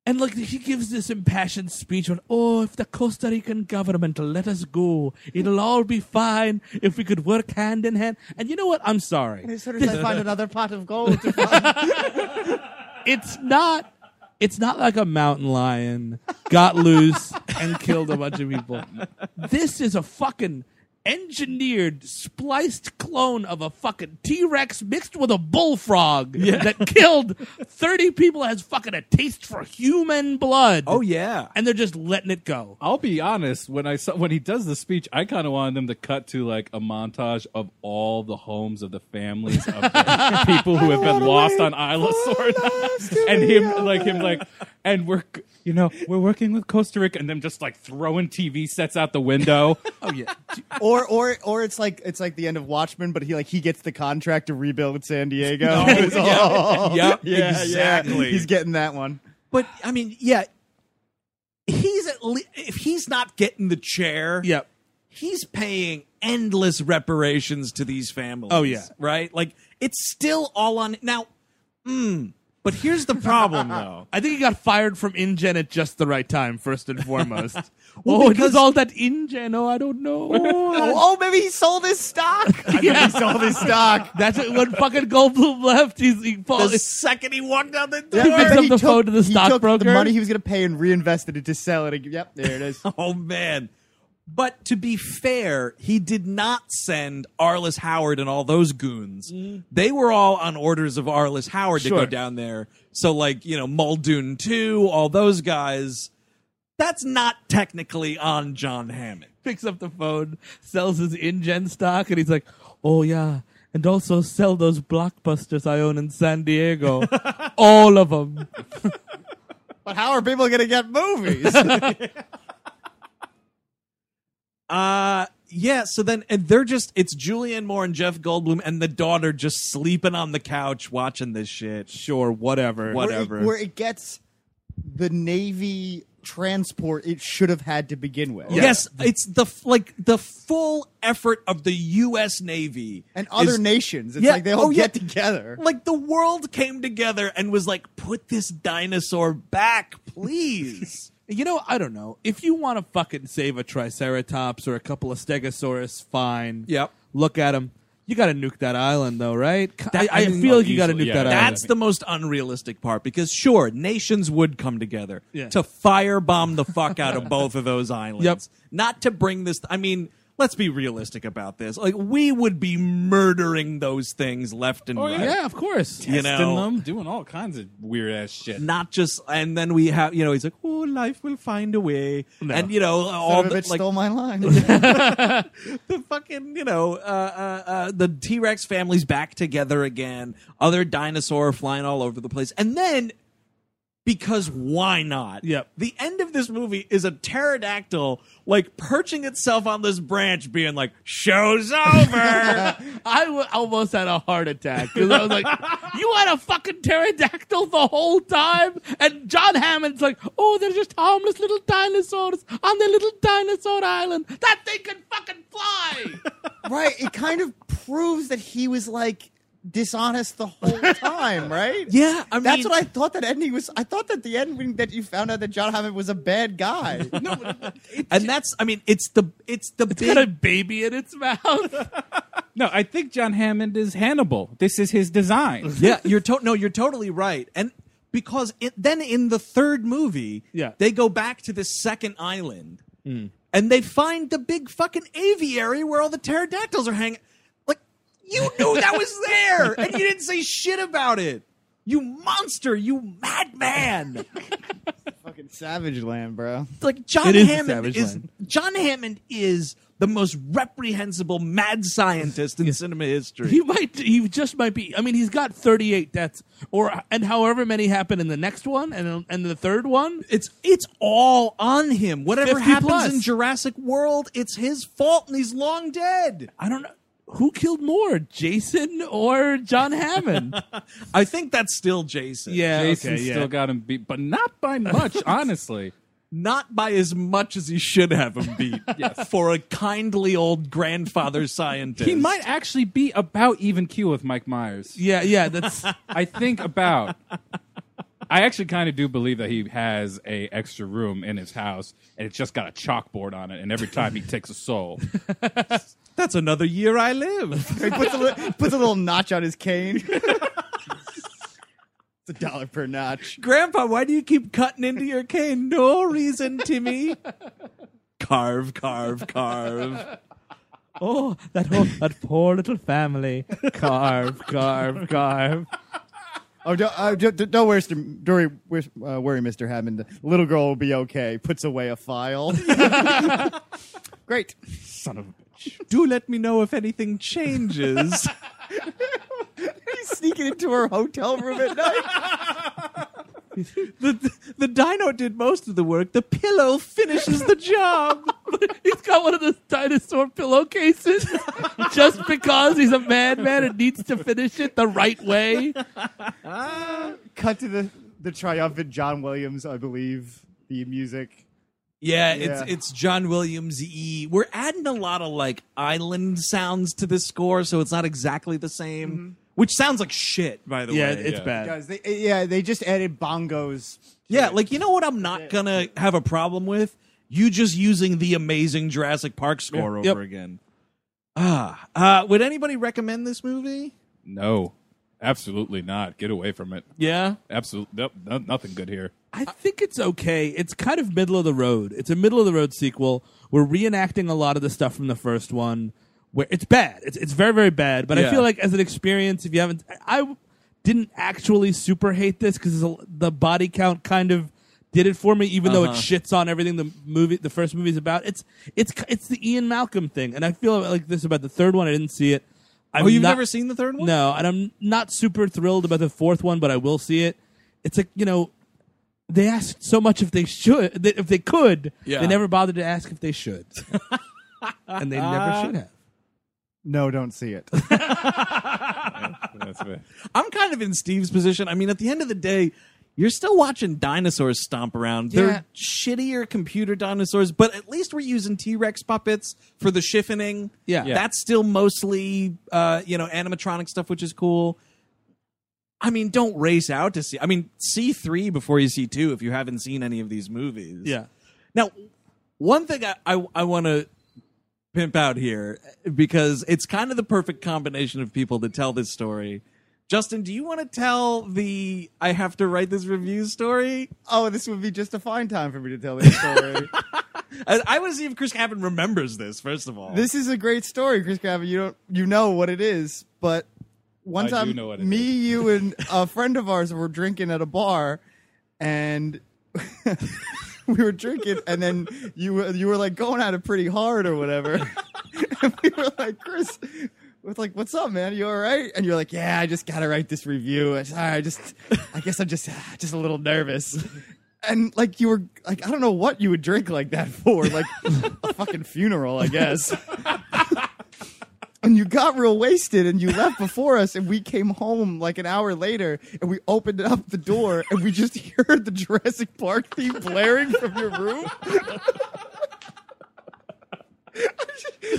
and like he gives this impassioned speech on, oh, if the Costa Rican government let us go, it'll all be fine if we could work hand in hand. And you know what? I'm sorry. As soon as I find another pot of gold to find. It's not it's not like a mountain lion got loose and killed a bunch of people. This is a fucking engineered, spliced clone of a fucking T Rex mixed with a bullfrog that killed 30 people, has fucking a taste for human blood. Oh yeah. And they're just letting it go. I'll be honest. When I saw when he does the speech, I kind of wanted them to cut to like a montage of all the homes of the families of the people who have been lost on Isla Sorna, and him like him like, and we're you know we're working with Costa Rica, and them just like throwing TV sets out the window. Oh, yeah. or or or it's like it's like the end of Watchmen, but he like he gets the contract to rebuild San Diego. It's all- Yep, yeah, exactly. Yeah. He's getting that one. But I mean, yeah. He's at le- if he's not getting the chair, Yep. he's paying endless reparations to these families. Oh, yeah. right. Like it's still all on now. Mm, but here's the problem, though. I think he got fired from InGen at just the right time, first and foremost. Well, oh, because- because all that InGen. Oh, I don't know. Oh, oh, maybe he sold his stock. I yeah. he sold his stock. That's it. When fucking Goldblum left, he's, he The falls. second he walked out the Yeah, door, He picks but up the phone to the he took stockbroker. The money he was going to pay and reinvested it to sell it. ag- Yep, there it is. Oh man. But to be fair, he did not send Arliss Howard and all those goons. Mm-hmm. They were all on orders of Arliss Howard to go Sure. down there. So like, you know, Muldoon 2, all those guys, that's not technically on John Hammond. picks up the phone, sells his InGen stock, and he's like, "Oh yeah, and also sell those blockbusters I own in San Diego, all of them." But how are people going to get movies? Uh yeah, so then and they're just it's Julianne Moore and Jeff Goldblum and the daughter just sleeping on the couch watching this shit. Sure, whatever. Whatever. Where it, where it gets the Navy transport it should have had to begin with. Yes, it's the f- like the full effort of the US Navy And other is- nations. It's Yeah, like they all oh, get yeah. together. like the world came together and was like, put this dinosaur back, please. You know, I don't know. If you want to fucking save a Triceratops or a couple of Stegosaurus, fine. Yep. Look at them. You got to nuke that island, though, right? I, I I mean, feel like you got to easily, nuke yeah. that island. That's the most unrealistic part because sure, nations would come together Yeah. to firebomb the fuck out of both of those islands. Yep. Not to bring this I mean, let's be realistic about this. Like we would be murdering those things left Oh, Oh, and right. Yeah, of course. You Testing know, them, doing all kinds of weird ass shit. not just and then we have you know he's like oh life will find a way and you know all Son of a the bitch like stole my line. the fucking you know uh, uh, uh, the T Rex family's back together again. Other dinosaur flying all over the place, and then because why not? Yep. The end of this movie is a pterodactyl like perching itself on this branch, being like, "Show's over." I w- almost had a heart attack because I was like, "You had a fucking pterodactyl the whole time," and John Hammond's like, "Oh, they're just harmless little dinosaurs on their little dinosaur island. That thing can fucking fly." right. It kind of proves that he was like dishonest the whole time, right? yeah, I mean, That's what I thought that ending was. I thought that the ending that you found out that John Hammond was a bad guy. and that's, I mean, it's the it's the big Got a baby in its mouth. No, I think John Hammond is Hannibal. This is his design. yeah, you're to- no, you're totally right. And because it, then in the third movie, Yeah. Mm. they go back to this second island and they find the big fucking aviary where all the pterodactyls are hanging. Like you knew that was there, and you didn't say shit about it. You monster, you madman! Fucking Savage Land, bro. like John is the Hammond Savage is Land. John Hammond is the most reprehensible mad scientist in cinema history. He might. He just might be. I mean, he's got thirty-eight deaths, or and however many happen in the next one and and the third one. It's it's all on him. Whatever 50 happens plus. in Jurassic World, it's his fault, and he's long dead. I don't know who killed more, Jason or John Hammond. I think that's still Jason. yeah, Jason okay, yeah. still got him beat, but not by much, honestly. not by as much as he should have him beat. for a kindly old grandfather scientist. He might actually be about even keel with Mike Myers. yeah, yeah. That's I think about. I actually kind of do believe that he has a extra room in his house, and it's just got a chalkboard on it. And every time he takes a soul, That's another year I live. He puts a, li- puts a little notch on his cane. it's a dollar per notch. Grandpa, why do you keep cutting into your cane? No reason, Timmy. carve, carve, carve. Oh, that whole, that poor little family. Carve, carve, carve. Oh, don't, uh, don't, don't worry, Mr. M- Dory, wish- uh, worry, Mr. Hammond. The little girl will be okay. Puts away a file. Great. son of a bitch. Do let me know if anything changes. He's sneaking into her hotel room at night. the, the dino did most of the work. The pillow finishes the job. He's got one of those dinosaur pillowcases just because he's a madman and needs to finish it the right way. Cut to the, the triumphant John Williams, I believe, the music. Yeah, Yeah. it's it's John Williams E. We're adding a lot of like island sounds to this score, so it's not exactly the same. Which sounds like shit, by the Mm-hmm. Yeah, way. it's yeah. bad. Guys, they, eh, yeah, they just added bongos. yeah, like you know what I'm not gonna have a problem with? You just using the amazing Jurassic Park score Yep. over again. Ah. Uh would anybody recommend this movie? No, absolutely not. Get away from it. Yeah. Absolutely, nope, no, nothing good here. I think it's okay. It's kind of middle of the road. It's a middle of the road sequel. We're reenacting a lot of the stuff from the first one. Where it's bad. It's it's very very bad. But I Yeah. feel like as an experience, if you haven't, I, I didn't actually super hate this because the body count kind of did it for me. Even though Uh-huh. it shits on everything the movie, the first movie's about. It's it's it's the Ian Malcolm thing, and I feel like this about the third one. I didn't see it. I'm oh, you've not- never seen the third one? no, and I'm not super thrilled about the fourth one, but I will see it. It's like you know, they asked so much if they should, that if they could. Yeah. They never bothered to ask if they should, and they never should have. No, don't see it. That's it. I'm kind of in Steve's position. I mean, at the end of the day, you're still watching dinosaurs stomp around. Yeah. They're shittier computer dinosaurs, but at least we're using T Rex puppets for the shifting. Yeah. Yeah. That's still mostly, uh, you know, animatronic stuff, which is cool. I mean, don't race out to see. I mean, see three before you see two if you haven't seen any of these movies. Yeah. Now, one thing I, I, I want to pimp out here because it's kind of the perfect combination of people to tell this story. Justin, do you want to tell the I have to write this review story? Oh, this would be just a fine time for me to tell this story. I, I want to see if Chris Cabin remembers this, first of all. this is a great story, Chris Gavin. You don't you know what it is, but one I do time know what it me, you, and a friend of ours were drinking at a bar, and we were drinking, and then you were you were like going at it pretty hard or whatever. and we were like, Chris, with like, "What's up, man? You all right?" And you're like, "Yeah, I just gotta write this review. I just, I just, I guess I'm just, just a little nervous." And like you were like, I don't know what you would drink like that for, like a fucking funeral, I guess. and you got real wasted and you left before us and we came home like an hour later and we opened up the door and we just heard the Jurassic Park theme blaring from your room. you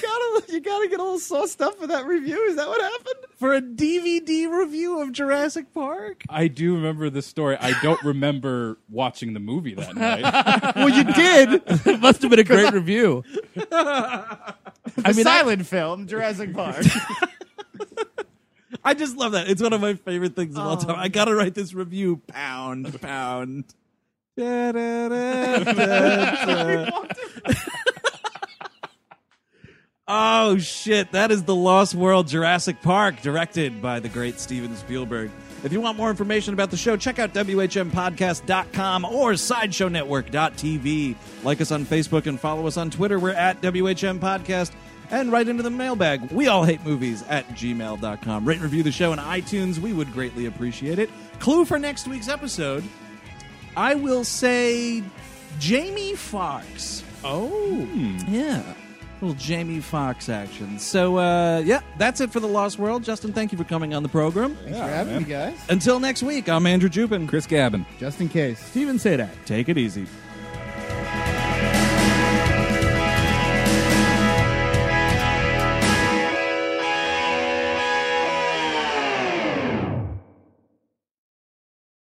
gotta you gotta get a little sauced up for that review. Is that what happened? for a DVD review of Jurassic Park. I do remember this story. I don't remember watching the movie that night. Well, you did. it must have been a great review. I mean, I, silent film, Jurassic Park. I just love that. It's one of my favorite things of all time. I gotta write this review. Pound, pound. Da-da-da, da-da. oh shit! That is the Lost World Jurassic Park, directed by the great Steven Spielberg. If you want more information about the show, check out WHMPodcast.com or SideshowNetwork.tv. Like us on Facebook and follow us on Twitter. We're at WHM Podcast and right into the mailbag. We all hate movies at gmail.com. Rate and review the show on iTunes. We would greatly appreciate it. Clue for next week's episode I will say Jamie Fox. Oh. Yeah. Little Jamie Fox action. So, uh, yeah, that's it for The Lost World. Justin, thank you for coming on the program. Grabbing you guys. Until next week, I'm Andrew Jupin. Chris Gavin. Just in case. Steven say that. Take it easy.